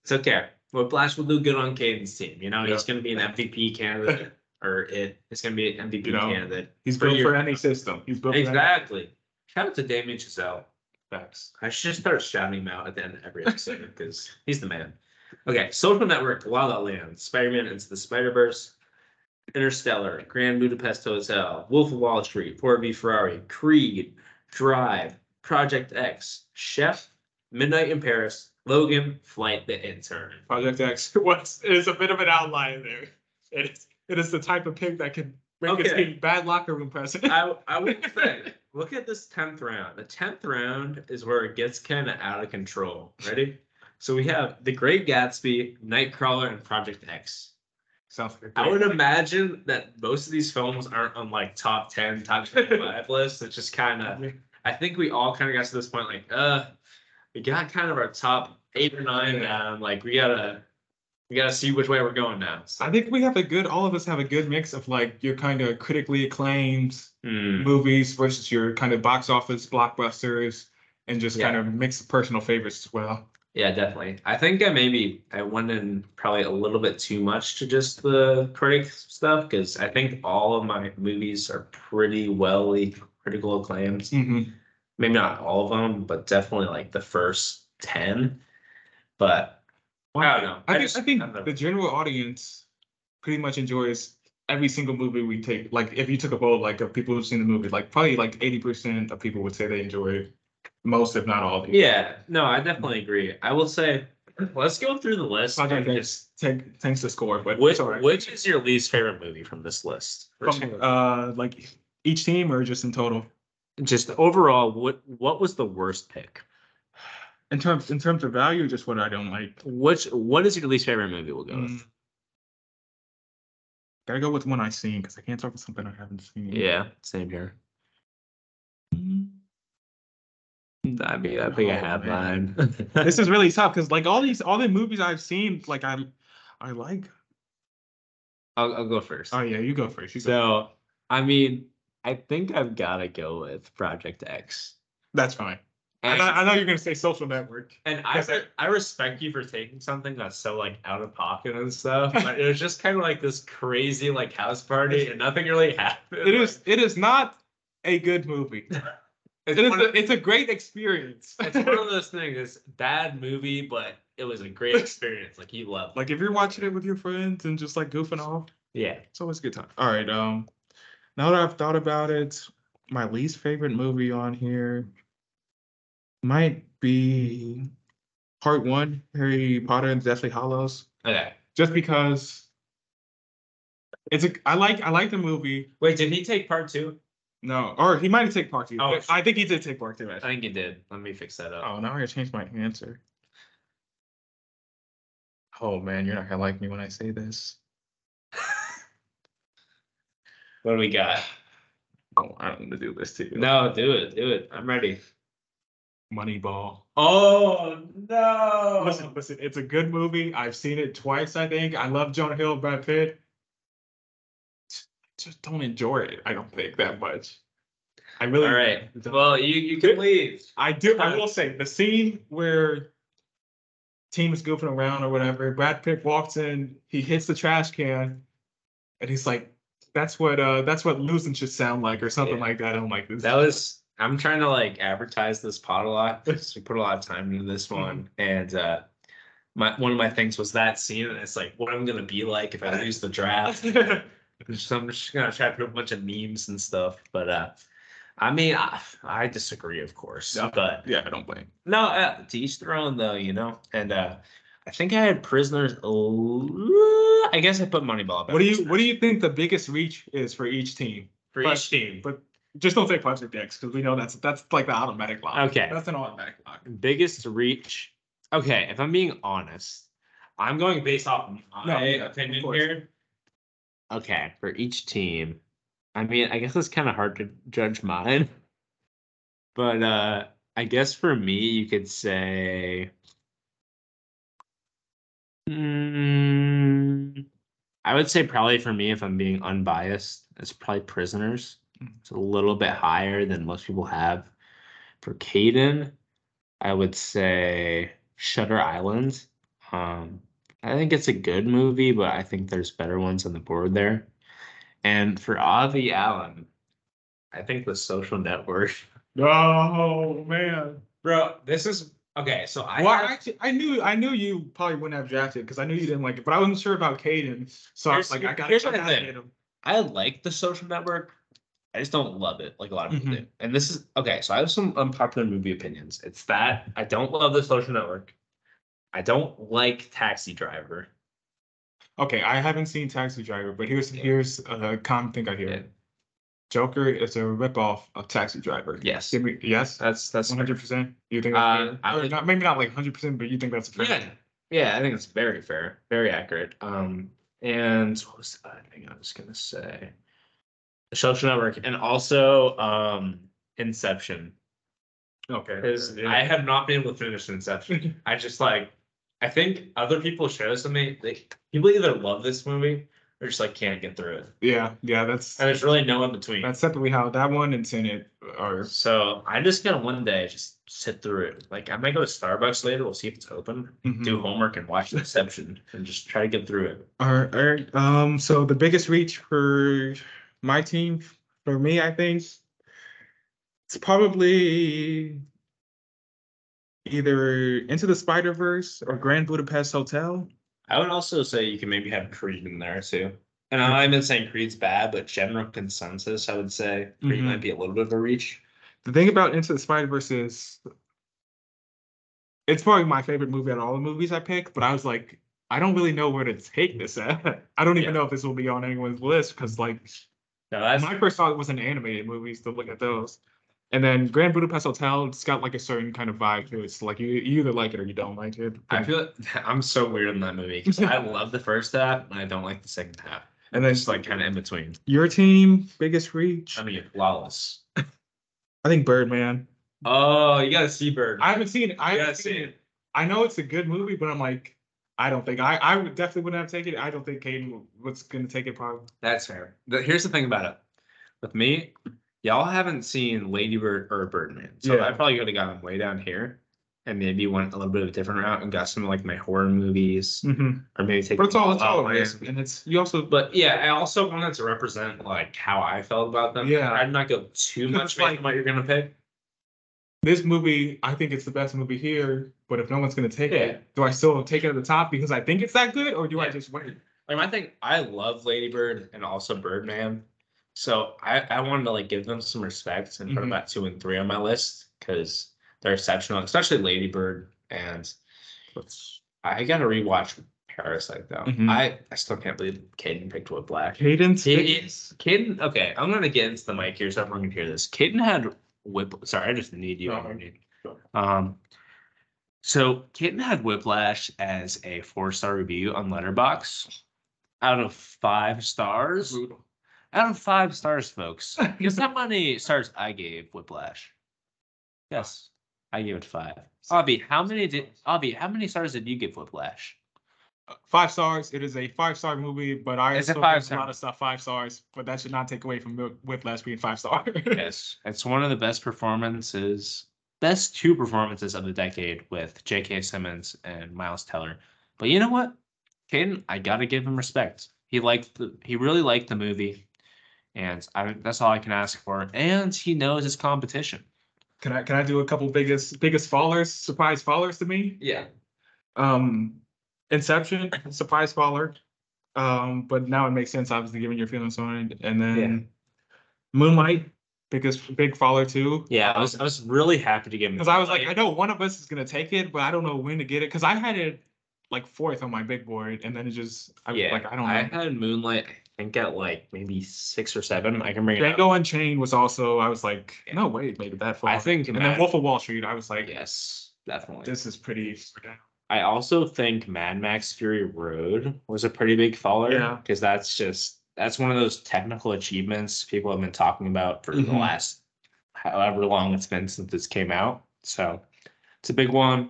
B: it's okay. Whiplash will do good on Caden's team. You know, he's gonna be an MVP candidate, or it is gonna be an MVP
C: You know,
B: candidate.
C: He's built
B: your-
C: for any system. He's built
B: Exactly. Shout out to Damien Chazelle. Facts. I should start shouting him out at the end of every episode because he's the man. Okay, Social Network, La La Land, Spider Man Into the Spider Verse, Interstellar, Grand Budapest Hotel, Wolf of Wall Street, Ford v Ferrari, Creed, Drive, Project X, Chef, Midnight in Paris, Logan, Flight the Intern.
C: for any Project X. (laughs) What's is a bit of an outlier there. It is it is the type of pick that can make a
B: Okay.
C: team bad locker room president.
B: I, I would say, look at this 10th round. The 10th round is where it gets kind of out of control. Ready? So we have The Great Gatsby, Nightcrawler, and Project X.
C: (laughs) Sounds like
B: I would imagine that most of these films aren't on like top 10, top 25 lists. It's just kind of, I think we all kind of got to this point like, uh, we got kind of our top eight or nine now. and, Like we gotta, we gotta see which way we're going now.
C: I think we have a good, all of us have a good mix of like your kind of critically acclaimed
B: Hmm.
C: movies versus your kind of box office blockbusters and just kind of mix of personal favorites as well.
B: Yeah, definitely. I think I maybe I went in probably a little bit too much to just the critic stuff because I think all of my movies are pretty well critical acclaimed.
C: Mm-hmm.
B: Maybe not all of them, but definitely like the first ten. But I don't know.
C: I, think,
B: just-
C: I think the general audience pretty much enjoys every single movie we take. Like if you took a poll like of people who've seen the movie, like probably like 80% of people would say they enjoy most, if not all of these.
B: yeah, no, I definitely agree. I will say, let's go through the list.
C: Project
B: and
C: X take, thanks to score, but
B: Which,
C: it's all right.
B: which is your least favorite movie from this list?
C: From, uh, like each team or just in total?
B: Just overall, what what was the worst pick?
C: In terms in terms of value, or just what I don't like.
B: Which what is your least favorite movie? We'll go
C: with. Gotta go with one I've seen because I can't talk about something I haven't seen.
B: Yeah, same here. Mm, I mean, I think I have (laughs) mine.
C: this is really tough because like all these all the movies I've seen, like I I like.
B: I'll, I'll go first.
C: Oh yeah, you go first. You go
B: so, I mean, I think I've got to go with Project X.
C: That's fine. I
B: And
C: know,
B: I,
C: I know you're gonna say social network.
B: and I, re- I respect you for taking something that's so like out of pocket and
C: (laughs)
B: stuff. But it was just kind of like this crazy like house party, and nothing really happened.
C: It is it is not a good
B: (laughs)
C: movie. it is
B: one
C: a, it's a great experience.
B: It's one of those things. It's a bad movie, but it was a
C: (laughs)
B: great experience. Like you loved. it.
C: like if you're watching it with your friends and just like goofing off,
B: Yeah.
C: it's always a good time. All right, um now that I've thought about it, my least favorite movie on here might be part one, Harry Potter and the Deathly Hollows.
B: Okay.
C: Just because it's a I like I like the movie.
B: Wait, did he take part two?
C: No, or he might have taken part two.
B: Oh,
C: but I think he did take part two.
B: I
C: Actually.
B: think you did. Let me fix that up.
C: Oh, now I gotta change my answer. Oh man, you're not gonna like me when I say this.
B: What do we got?
C: Oh, I don't want to (laughs) do this to you.
B: No, do it, do it. I'm ready.
C: Moneyball.
B: Oh no!
C: Listen, listen, it's a good movie. I've seen it twice, I think. I love Jonah Hill, Brad Pitt. Just don't enjoy it, I don't think, that much. I really
B: All right. Well, you you can leave.
C: I do. I will say the scene where team is goofing around or whatever. Brad Pitt walks in. He hits the trash can, and he's like, "That's what uh, that's what losing should sound like, or something like that." I'm like, this
B: That
C: (laughs)
B: was. I'm trying to like advertise this pod a lot (laughs) because we put a lot of time into this one, and uh, my one of my things was that scene, and it's like what I'm gonna be like if (laughs) I lose the draft. so I'm just gonna try to put a bunch of memes and stuff, but uh, I mean, I, I disagree, of course, but
C: yeah, I don't blame.
B: No, uh, to each their own, though, you know. And uh, I think I had prisoners. a l- I guess I put Moneyball.
C: What do you What do you think the biggest reach is for each team?
B: for
C: but-
B: each team?
C: But Just don't say plastic dicks because we know that's that's like the automatic lock.
B: Okay.
C: That's an automatic lock.
B: Biggest reach. Okay, if I'm being honest, I'm going based off my
C: No, yeah, of
B: opinion
C: course.
B: here. Okay, for each team. I mean, I guess it's kind of hard to judge mine. But uh I guess for me, you could say Mm, I would say probably for me, if I'm being unbiased, it's probably prisoners.
C: Hmm.
B: It's a little bit higher than most people have. For Caden, I would say Shutter Island. Um, I think it's a good movie, but I think there's better ones on the board there. And for Avi Allen, I think the social network. (laughs)
C: Oh man,
B: bro, this is okay. So I
C: well, I actually, I knew I knew you probably wouldn't have drafted because I knew you didn't like it, but I wasn't sure about Caden, so I was
B: Here's-
C: like, I got
B: here's
C: I
B: what I
C: gotta
B: think.
C: get him.
B: I like the social network. I just don't love it like a lot of people
C: Mhm.
B: do. And this is okay. So I have some unpopular movie opinions. It's that I don't love the social network. I don't like Taxi Driver.
C: Okay, I haven't seen Taxi Driver, but here's here's a common thing I hear. Joker is a ripoff of Taxi Driver.
B: Yes.
C: Give me- yes,
B: that's that's
C: one hundred percent. You think?
B: Uh,
C: That's fair?
B: I
C: Or
B: think-
C: not, maybe not like hundred percent, but you think that's fair?
B: Yeah, yeah, I think it's very fair, very accurate. Um, and what was the other thing I was gonna say? The Social Network, and also um, Inception.
C: Okay.
B: Because
C: yeah.
B: I have not been able to finish Inception. (laughs) I just like, I think other people show this to me. They people either love this movie or just like can't get through it.
C: Yeah, yeah, that's
B: And there's really no in between.
C: that's definitely how that one and Tenet are.
B: So I'm just gonna one day just sit through it. Like I might go to Starbucks later. We'll see if it's open.
C: Mhm.
B: Do homework and watch Inception and just try to get through it.
C: All right, all right. Um, so the biggest reach for my team, for me, I think, it's probably either Into the Spider Verse or Grand Budapest Hotel.
B: I would also say you can maybe have Creed in there too. And I'm not even saying Creed's bad, but general consensus, I would say Creed
C: Mhm.
B: might be a little bit of a reach.
C: The thing about Into the Spider Verse is, it's probably my favorite movie out of all the movies I picked. But I was like, I don't really know where to take this at. (laughs) I don't even know if this will be on anyone's list because like
B: No, that's
C: when I first saw it was an animated movies to look at those. And then Grand Budapest Hotel, it's got like a certain kind of vibe to it. It's like you, you either like it or you don't like it.
B: I feel like (laughs) I'm so weird in that movie because (laughs) I love the first half and I don't like the second half.
C: And then
B: It's like kind of in between. Um,
C: your team, biggest reach.
B: I mean, flawless.
C: I think Birdman.
B: Oh, you gotta see Bird.
C: I haven't seen it. I
B: You
C: haven't
B: gotta
C: seen
B: see
C: it. I know it's a good movie, but I'm like, I don't think I, I would definitely wouldn't have taken it. I don't think Caden was gonna take it probably.
B: That's fair. But here's the thing about it. With me, y'all haven't seen Lady Bird or Birdman. So
C: Yeah.
B: I probably could have gotten way down here and maybe went a little bit of a different route and got some like my horror movies or maybe take
C: But it's all it's
B: Wild
C: all
B: Wild West.
C: random, and it's you also
B: But yeah, I also wanted to represent like how I felt about them.
C: Yeah.
B: I'd not go too much based on what you're gonna pick.
C: this movie, I think it's the best movie here. But if no one's gonna take
B: Yeah.
C: it, do I still take it at the top because I think it's that good, or do I just wait?
B: Like my thing, I love Ladybird and also Birdman. So I, I wanted to like give them some respect and put
C: Mhm.
B: about two and three on my list because they're exceptional, especially Ladybird. And I gotta rewatch Parasite though.
C: Mhm.
B: I, I still can't believe Caden picked
C: (laughs)
B: Whiplash.
C: Cadence.
B: He- Caden, okay, I'm gonna get into the mic here so everyone can hear this. Caden had whip. Sorry, I just need you.
C: No,
B: on my
C: I'm-
B: knee.
C: sure.
B: Um, so Caden had Whiplash as a four star review on Letterbox, out of five stars. Out of five stars, folks. Because that many stars I gave Whiplash. Yes, I gave it five. Avi, how many did Avi? How many stars did you give Whiplash?
C: uh, Five stars. It is a five star movie, but I
B: It's a
C: also
B: five
C: give a
B: star.
C: lot of stuff five stars. But that should not take away from Whip- Whiplash being five star. (laughs)
B: Yes, it's one of the best performances, best two performances of the decade with J.K. Simmons and Miles Teller. But you know what, Caden, I gotta give him respect. He liked the, he really liked the movie, and I, that's all I can ask for. And he knows his competition.
C: can I can I do a couple biggest biggest fallers surprise fallers to me?
B: Yeah.
C: Um,
B: (laughs)
C: Inception surprise faller. Um, but now it makes sense, obviously, given your feelings on it. And then Moonlight, biggest big faller too.
B: Yeah, I was I was really happy to give him
C: Because I was like, I know one of us is gonna take it, but I don't know when to get it. Because I had it like fourth on my big board, and then it just I was
B: yeah,
C: like I don't know.
B: I had Moonlight. I think at like maybe six or seven. I can bring it up.
C: Django Unchained was also. I was like, no way, it made it that far.
B: I think
C: and
B: Mad-
C: then Wolf of Wall Street. I was like,
B: yes, definitely.
C: This is pretty.
B: I also think Mad Max Fury Road was a pretty big faller.
C: Yeah.
B: Because that's just that's one of those technical achievements people have been talking about for the
C: Mhm.
B: last however long it's been since this came out. So it's a big one.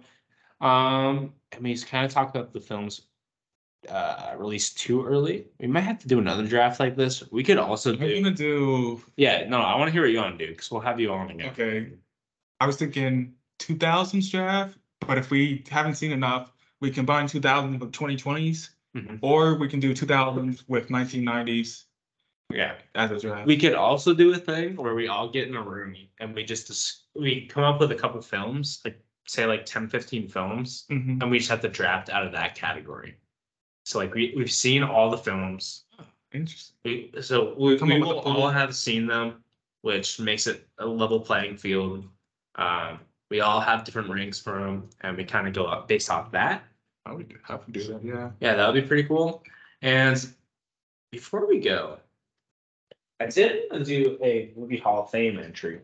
B: Um, I mean, he's kind of talked about the films uh released too early. We might have to do another draft like this. We could also
C: I'm
B: do
C: gonna do.
B: yeah, no, I want to hear what you want to do because we'll have you on again.
C: Okay. I was thinking 2000s draft, but if we haven't seen enough, we combine 2000 with 2020s,
B: Mhm.
C: or we can do 2000 with 1990s
B: Yeah.
C: as a draft.
B: We could also do a thing where we all get in a room and we just dis- we come up with a couple films, like say like 10, 15 films,
C: Mhm.
B: and we just have to draft out of that category. So like we we've seen all the films.
C: Interesting.
B: We, so we,
C: Come
B: we
C: up with
B: will
C: a pool.
B: all have seen them, which makes it a level playing field. Um, we all have different ranks for them, and we kind of go up based off that.
C: I would I would do that. Yeah.
B: Yeah, that would be pretty cool. And before we go, I did wanna do a movie Hall of Fame entry,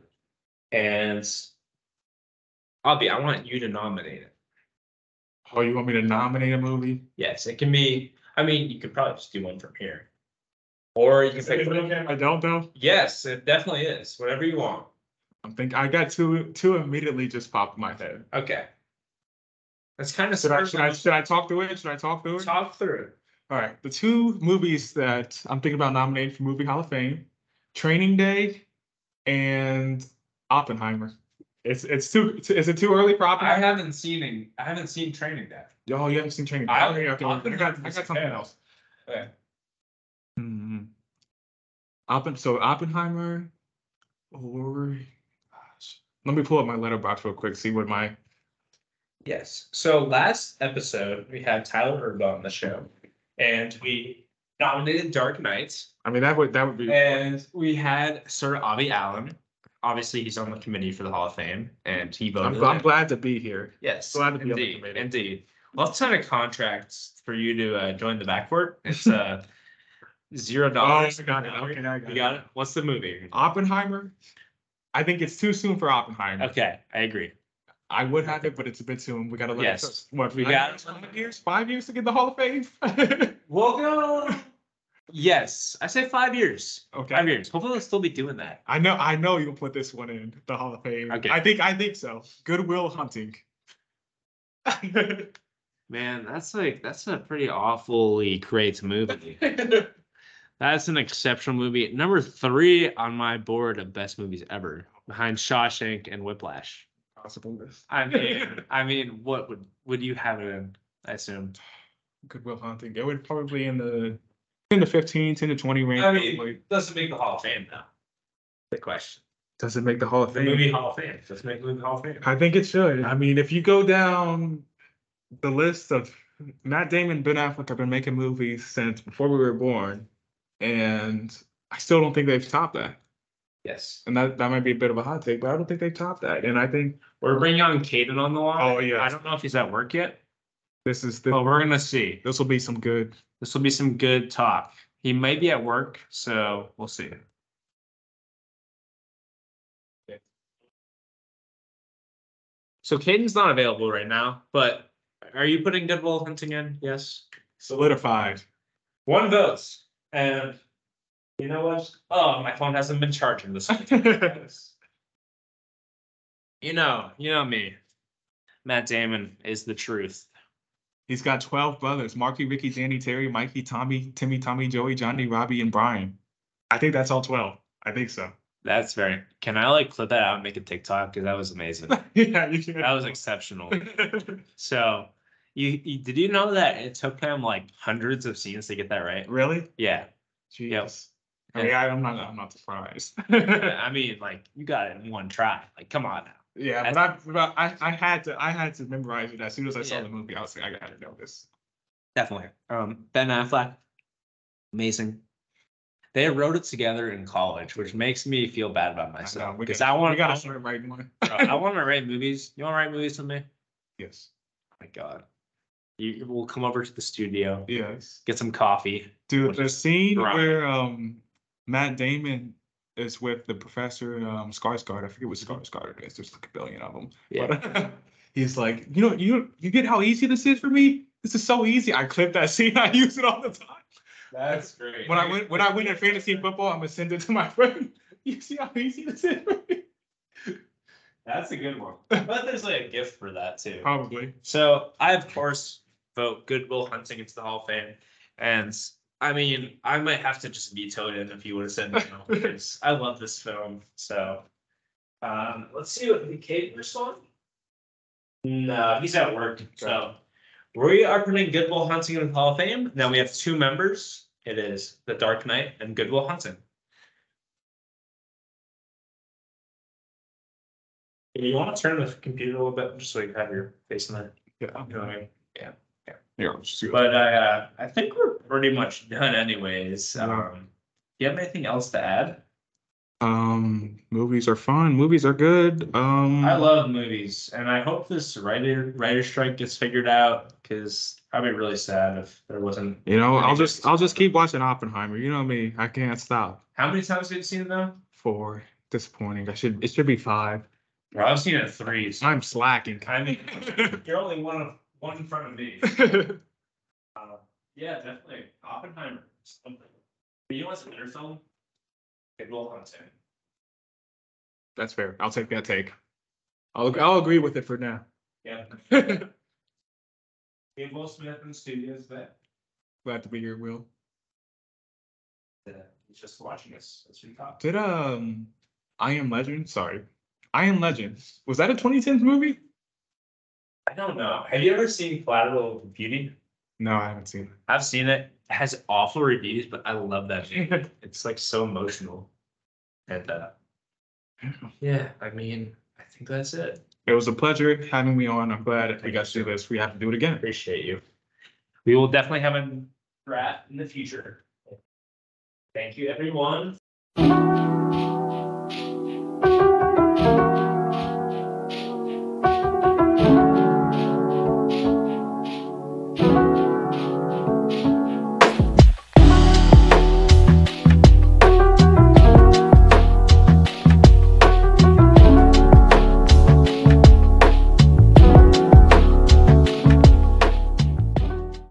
B: and Abby, I want you to nominate it.
C: Oh, you want me to nominate a movie?
B: Yes, it can be. I mean, you could probably just do one from here, or you can
C: Is it
B: pick.
C: okay if I don't though.
B: Yes, it definitely is. Whatever you want.
C: I'm thinking I got two two immediately just popped in my head.
B: Okay. That's kind of
C: Should I should I should I talk through it? Should I talk through it?
B: talk through.
C: All right, the two movies that I'm thinking about nominating for Movie Hall of Fame, Training Day and Oppenheimer. It's it's too is it too early for
B: I
C: Oppenheimer?
B: haven't seen it. I haven't seen Training Day.
C: Y'all, you haven't seen Training Day.
B: I-
C: Okay, okay, I got, I
B: Oppenheimer's
C: got something
B: bad.
C: else.
B: Okay.
C: Hmm. Oppen, so Oppenheimer or gosh. Let me pull up my letterbox real quick, see what my
B: Yes. So last episode, we had Tyler Erba on the show, and we nominated Dark Knights,
C: I mean that would that would be
B: and we had Sir Avi Allen. Obviously, he's on the committee for the Hall of Fame, and he voted.
C: I'm, I'm glad to be here.
B: Yes.
C: glad to be on the
B: indeed,
C: committee.
B: Indeed. Well, I'll sign a contract for you to uh, join the backcourt. It's uh,
C: (laughs)
B: zero dollars.
C: I got it. Okay, now I got
B: You
C: it. Um,
B: got it. What's the movie?
C: Oppenheimer. I think it's too soon for Oppenheimer.
B: Okay, I agree.
C: I would have it, but it's a bit soon. We gotta let
B: Yes.
C: it cook. What
B: We
C: nine years,
B: got-
C: five years, five years to get the Hall of Fame. (laughs)
B: Well, no. Yes, I say five years. Five
C: okay.
B: years. Hopefully, they'll still be doing that.
C: I know I know you'll put this one in the Hall of Fame.
B: Okay.
C: I think I think so. Goodwill hunting. (laughs)
B: Man, that's like that's a pretty awfully great (laughs) movie. that's an exceptional movie. Number three on my board of best movies ever, behind Shawshank and Whiplash.
C: Possible list.
B: I mean, I mean, what would would you have it in? I assume.
C: Goodwill hunting. It would probably in the 10 to 15, 10 to 20 range. probably.
B: doesn't make the Hall of Fame though. The question.
C: Does it make the Hall of Fame?
B: Hall of Fame. Does it make the movie Hall of Fame?
C: I think it should. I mean, if you go down the list of Matt Damon, Ben Affleck have been making movies since before we were born, and I still don't think they've topped that.
B: Yes.
C: And that, that might be a bit of a hot take, but I don't think they've topped that. And I think
B: We're bringing on Caden on the line.
C: Oh, yes.
B: I don't know if he's at work yet,
C: this is
B: but
C: the,
B: we're gonna see.
C: this will be some good.
B: This will be some good talk. He might be at work, so we'll see. So Caden's not available right now, but are you putting Goodwill Hunting in? Yes.
C: Solidified.
B: One vote. And you know what? Oh, my phone hasn't been
C: (laughs)
B: charging this week. you know, you know me. Matt Damon is the truth.
C: He's got 12 brothers Marky, Ricky, Danny, Terry, Mikey, Tommy, Timmy, Tommy, Joey, Johnny, Robbie, and Brian. I think that's all 12. I think so. (laughs)
B: That's very. Can I like clip that out and make a TikTok? Because that was amazing.
C: yeah, you can.
B: That was exceptional.
C: like,
B: So, you, you did you know that it took him like hundreds of scenes to get that
C: (laughs)
B: right?
C: really?
B: Yeah.
C: Jeez. I
B: And-
C: mean, I, I'm not. I'm not surprised. (laughs)
B: I mean, like you got it in one try. Like, come on now.
C: yeah, but I, but I, I had to. I had to memorize it as soon as I saw
B: Yeah.
C: the movie. I was like, I gotta know this.
B: Definitely. Um, Ben Affleck, amazing. They wrote it together in college, which makes me feel bad about
C: I
B: myself
C: know, we
B: because
C: gotta-
B: I want
C: We gotta start (laughs) writing one.
B: I want to write movies. You want to write movies with me?
C: Yes.
B: my God. You will come over to the studio.
C: Yes.
B: Get some coffee.
C: Dude, the scene where um Matt Damon is with the professor um Skarsgård. I forget what Skarsgård is. There's like a billion of them. Yeah. (laughs) he's like, you know, you you get how easy this is for me. This is so easy. I clip that (laughs) scene. I use it all the time.
I: That's great.
C: When I win, when I win in fantasy football, I'm gonna send it to my (laughs) friend. You see how easy this is? for me?
B: That's a
C: (laughs)
B: good one. But there's like a gift for that too.
C: Probably.
B: So I of course vote Goodwill Hunting into the Hall of Fame, and I mean I might have to just veto it if you would have said no because I love this film. So um, let's see what the Kate respond. No, he's at work. So we are putting Goodwill Hunting in the Hall of Fame. Now we have two members. It is The Dark Knight and Goodwill Hunting. You want to turn the computer a little bit just so you have your face in there?
C: Yeah.
B: You know what I mean? Yeah.
C: Yeah. let's do it.
B: But uh, I think we're pretty much done, anyways. Um, do you have anything else to add?
C: Um, movies are fun. Movies are good. Um,
B: I love movies, and I hope this writer writer strike gets figured out because I'd be really sad if there wasn't.
C: You know, I'll just I'll just keep watching Oppenheimer. You know me. I can't stop.
B: How many times have you seen them?
C: Four. Disappointing. I should. It should be five.
B: Bro, I've seen it threes.
C: I'm slacking.
B: I mean, you're only one of one in front of me. uh, yeah, definitely Oppenheimer. Something. But you know what's a better film? Goodwill Hunting.
C: (laughs) That's fair. I'll take that take. I'll I'll agree with it for now.
B: Yeah. We have Will Smith in studios there.
C: Glad to be here, Will.
B: Yeah, he's just watching us. That's what he thought.
C: Did um, I Am Legend. Sorry, I Am Legend. Was that a 2010s movie?
B: I don't know. Have you ever seen Collateral Beauty?
C: No, I haven't seen it.
B: I've seen it. It has awful reviews, but I love that movie. it's like so emotional. And uh, yeah, I mean, I think that's it.
C: It was a pleasure having me on. I'm glad we got to do this. We have to do it again.
B: Appreciate you. We will definitely have a draft in the future. Thank you, everyone.